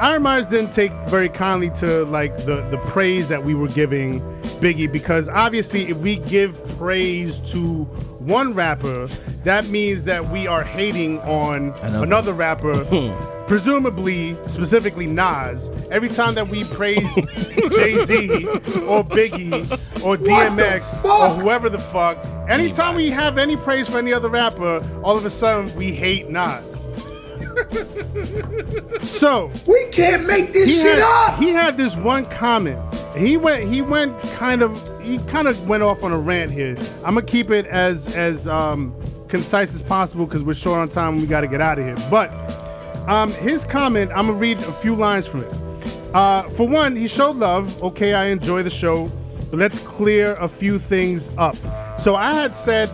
C: Iron Myers didn't take very kindly to like the the praise that we were giving Biggie because obviously if we give praise to one rapper, that means that we are hating on
G: Another.
C: another rapper. Presumably, specifically Nas, every time that we praise Jay Z or Biggie or DMX or whoever the fuck, anytime we have any praise for any other rapper, all of a sudden we hate Nas. so
F: We can't make this
C: he had, He had this one comment. He went he went kind of he kind of went off on a rant here. I'm gonna keep it as as um, concise as possible because we're short on time and we got to get out of here. But um, his comment, I'm gonna read a few lines from it. Uh, for one, he showed love. Okay, I enjoy the show, but let's clear a few things up. So I had said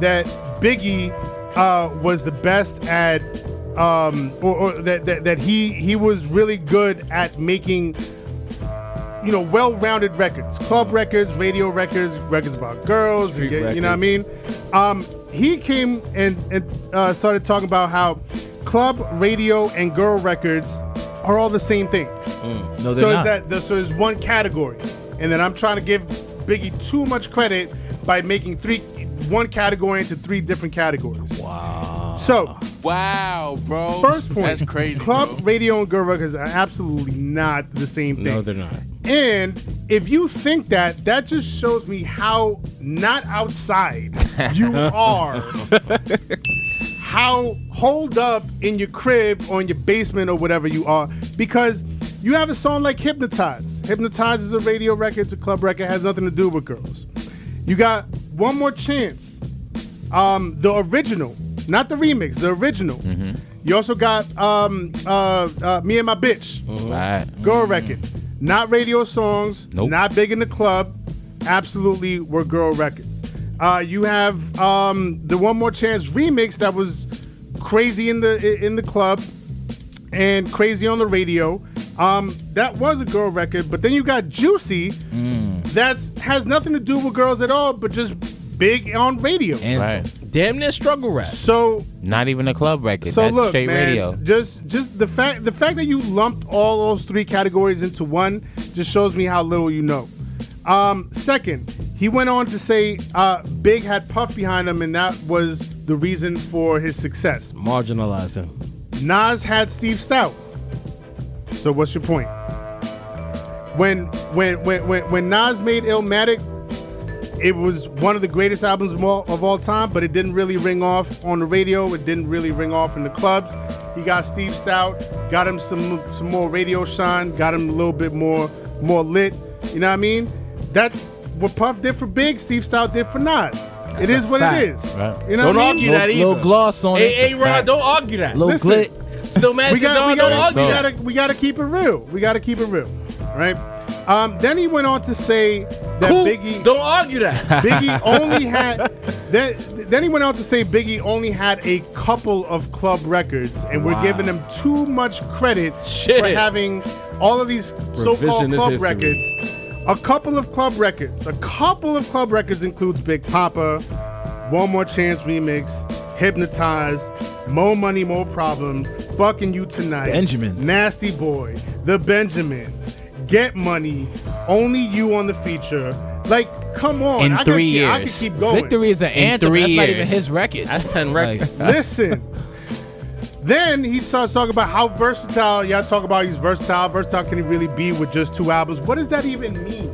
C: that Biggie uh, was the best at, um, or, or that, that that he he was really good at making you know, well-rounded records, club records, radio records, records about girls, you, get- you know what I mean? Um, he came and, and uh, started talking about how club, radio, and girl records are all the same thing.
G: No, Mm. they're
C: so
G: not.
C: is that the, so is one category, and then I'm trying to give Biggie too much credit by making three one category into three different categories. Wow. So
I: Wow, bro.
C: first point,
I: That's crazy.
C: Club
I: bro.
C: radio and Gorilla Records are absolutely not the same thing.
D: No, they're not.
C: And if you think that, that just shows me how not
D: [laughs]
C: outside you are. how holed up in your crib or in your basement or whatever you are. Because you have a song like Hypnotize. Hypnotize is a radio record, it's a club record, has nothing to do with girls. You got One More Chance, um, the original, not the remix, the original. You also got um, uh, uh, Me and My Bitch.
H: right.
C: Girl record. Not radio songs.
H: Nope.
C: Not big in the club. Absolutely were girl records. Uh, you have um, the One More Chance remix that was crazy in the i- in the club and crazy on the radio. Um, that was a girl record, but then you got Juicy. That's has nothing to do with girls at all, but just big on radio.
G: And
H: Right.
B: Damn near struggle rap.
C: so
H: Not even a club record.
C: so
H: That's
C: look,
H: straight
C: man,
H: radio.
C: just just the fact the fact that you lumped all those three categories into one just shows me how little you know. Um, second, he went on to say uh, Big had Puff behind him, and that was the reason for his success.
B: Marginalize him.
C: Nas had Steve Stout. So what's your point? When when when when, when Nas made Illmatic, it was one of the greatest albums of all, of all time, but it didn't really ring off on the radio. It didn't really ring off in the clubs. He got Steve Stout, got him some some more radio shine, got him a little bit more more lit. You know what I mean? That what Puff did for Big, Steve Stout did for Nas. it is what
G: fact.
C: it is.
H: Right.
C: You know
B: Don't
C: what I
B: argue
C: mean?
B: that either.
G: little gloss on
B: Hey,
G: it.
B: hey, Ron, don't argue that.
G: Little
C: Listen.
G: glit.
B: Still mad.
C: we got, we
B: don't
C: got,
B: argue
C: we
B: that.
C: gotta, we gotta keep it real. We gotta keep it real, right? Um, then he went on to say that
B: Cool.
C: Biggie,
B: Don't argue that.
C: [laughs] Biggie only had. Then, then he went on to say Biggie only had a couple of club records, and we're giving him too much credit for
B: Shit.
C: having all of these so-called
B: Revisionist
C: club
B: history.
C: records. A couple of club records. A couple of club records includes Big Papa, One More Chance remix, Hypnotized, More Money, More Problems, Fucking You Tonight,
G: Benjamins.
C: Nasty Boy, The Benjamins, Get Money, Only You on the feature. Like, come on.
H: In
C: I
H: three
C: could, I could
H: years.
C: keep going.
G: Victory is [laughs] an
H: In
G: anthem.
H: three
G: That's not even
H: years.
G: his
B: [laughs]
G: record.
B: That's 10 records.
C: Listen. then he starts talking about how versatile. Y'all talk about he's versatile. Versatile can he really be with just two albums? What does that even mean?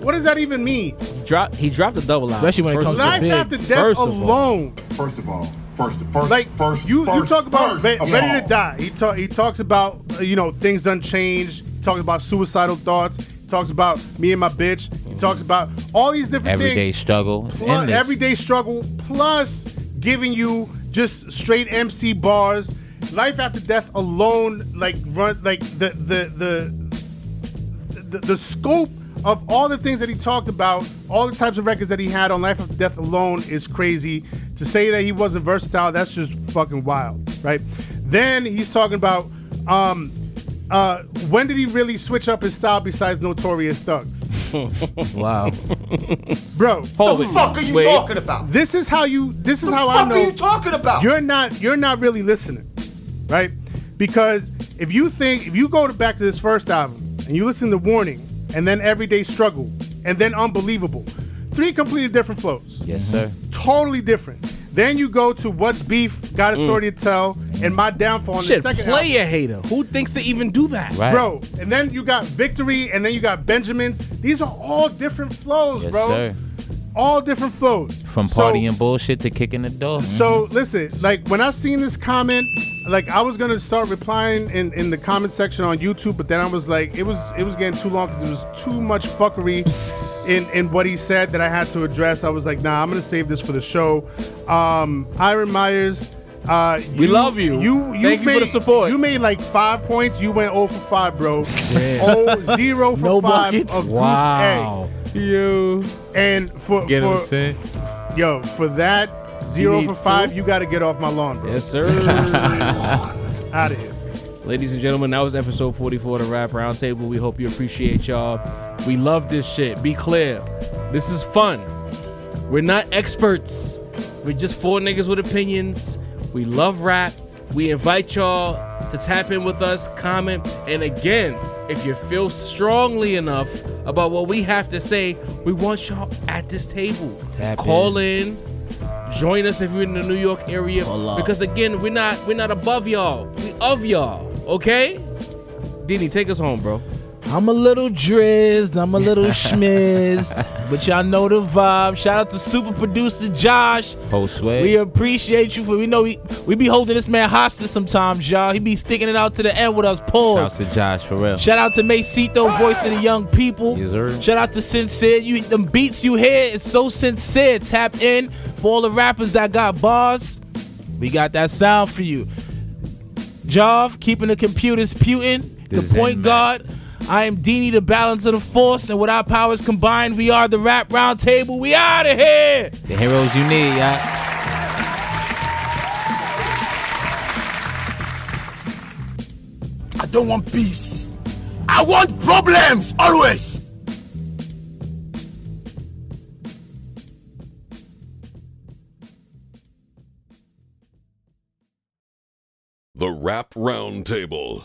C: What does that even mean?
B: Drop, he dropped a double album.
G: Especially when it
B: First
G: comes
B: of
G: to
B: all.
C: Life
G: big,
C: after death
B: first of all.
C: alone.
F: First of all, first, first,
C: Like
F: first,
C: you, you
F: first,
C: talk about
F: first
C: Re-
F: of
C: ready to
F: all.
C: die. He talk, he talks about uh, you know things unchanged. He talks about suicidal thoughts. He talks about me and my bitch. He talks about all these different
H: Everyday
C: things.
H: struggle. It's
C: plus
H: endless.
C: everyday struggle plus giving you just straight MC bars. Life after death alone, like run, like the the the the, the scope of all the things that he talked about, all the types of records that he had on Life After Death alone is crazy. To say that he wasn't versatile, that's just fucking wild, right? Then he's talking about um, uh, when did he really switch up his style besides Notorious Thugs?
G: Wow.
C: Bro,
B: Hold
F: The
B: it.
F: fuck are you
B: Wait.
F: talking about?
C: this is how you. This is
F: The
C: how I
F: fuck
C: know.
F: are you talking about?
C: You're not. You're not really listening, right? Because if you think, if you go to back to this first album and you listen to Warning and then Everyday Struggle and then Unbelievable, three completely different flows,
H: Yes, sir.
C: totally different. Then you go to What's Beef, Got
H: Mm.
C: a Story to Tell, and My Downfall. And the
B: Shit,
C: second
B: player
C: album.
B: hater. Who thinks to even do that?
H: Right.
C: Bro, and then you got Victory, and then you got Benjamins. These are all different flows,
H: Yes,
C: bro.
H: sir.
C: All different flows.
H: From
C: So-
H: partying bullshit to kicking the door.
C: So listen, like when I seen this comment, like I was gonna start replying in, in the comment section on YouTube, but then I was like, it was it was getting too long because it was too much fuckery in in what he said that I had to address. I was like, nah, I'm gonna save this for the show. Um, Iron Myers, uh,
B: We love you.
C: You you
B: Thank you
C: made,
B: for the support.
C: You made like five points. You went 0 for five, bro. oh, zero for
G: No
C: five
G: buckets.
C: of
H: Wow.
C: Goose A. And for
H: Get
C: for
H: what I'm saying?
C: yo for that zero
B: need
C: for five, you got to get off my lawn, bro
B: Yes,
C: [laughs]
B: sir.
C: out of here.
B: Ladies and gentlemen, that was episode 44 of the Rap Roundtable. We hope you appreciate y'all. We love this shit. Be clear. This is fun. We're not experts. We're just four niggas with opinions. We love rap. We invite y'all to tap in with us, comment, and again, if you feel strongly enough about what we have to say, we want y'all at this table.
G: Tap
B: Call in. Join us if you're in the New York area.
G: Pull up.
B: Because again, we're not we're not above y'all. We of y'all. Okay? Dini, take us home, bro.
G: I'm a little drizzed, I'm a [laughs] little schmizzed, but y'all know the vibe. Shout out to super producer Josh.
H: Whole sway.
G: We appreciate you for we know we, we be holding this man hostage sometimes, y'all. He be sticking it out to the end with us.
H: Shout
G: Pause.
H: to Josh for real.
G: Shout out to Macito, voice of the young people.
H: Yes, sir.
G: Shout out to Sincere. You them beats you hear is so sincere. Tap in for all the rappers that got bars. We got that sound for you. Jov, keeping the computers putin', the
H: This is
G: point
H: Zen
G: guard. I am Dini, the balance of the force, and with our powers combined, we are the rap round table. We out of here.
H: The heroes you need, y'all.
F: I don't want peace. I want problems always.
A: The Rap Roundtable.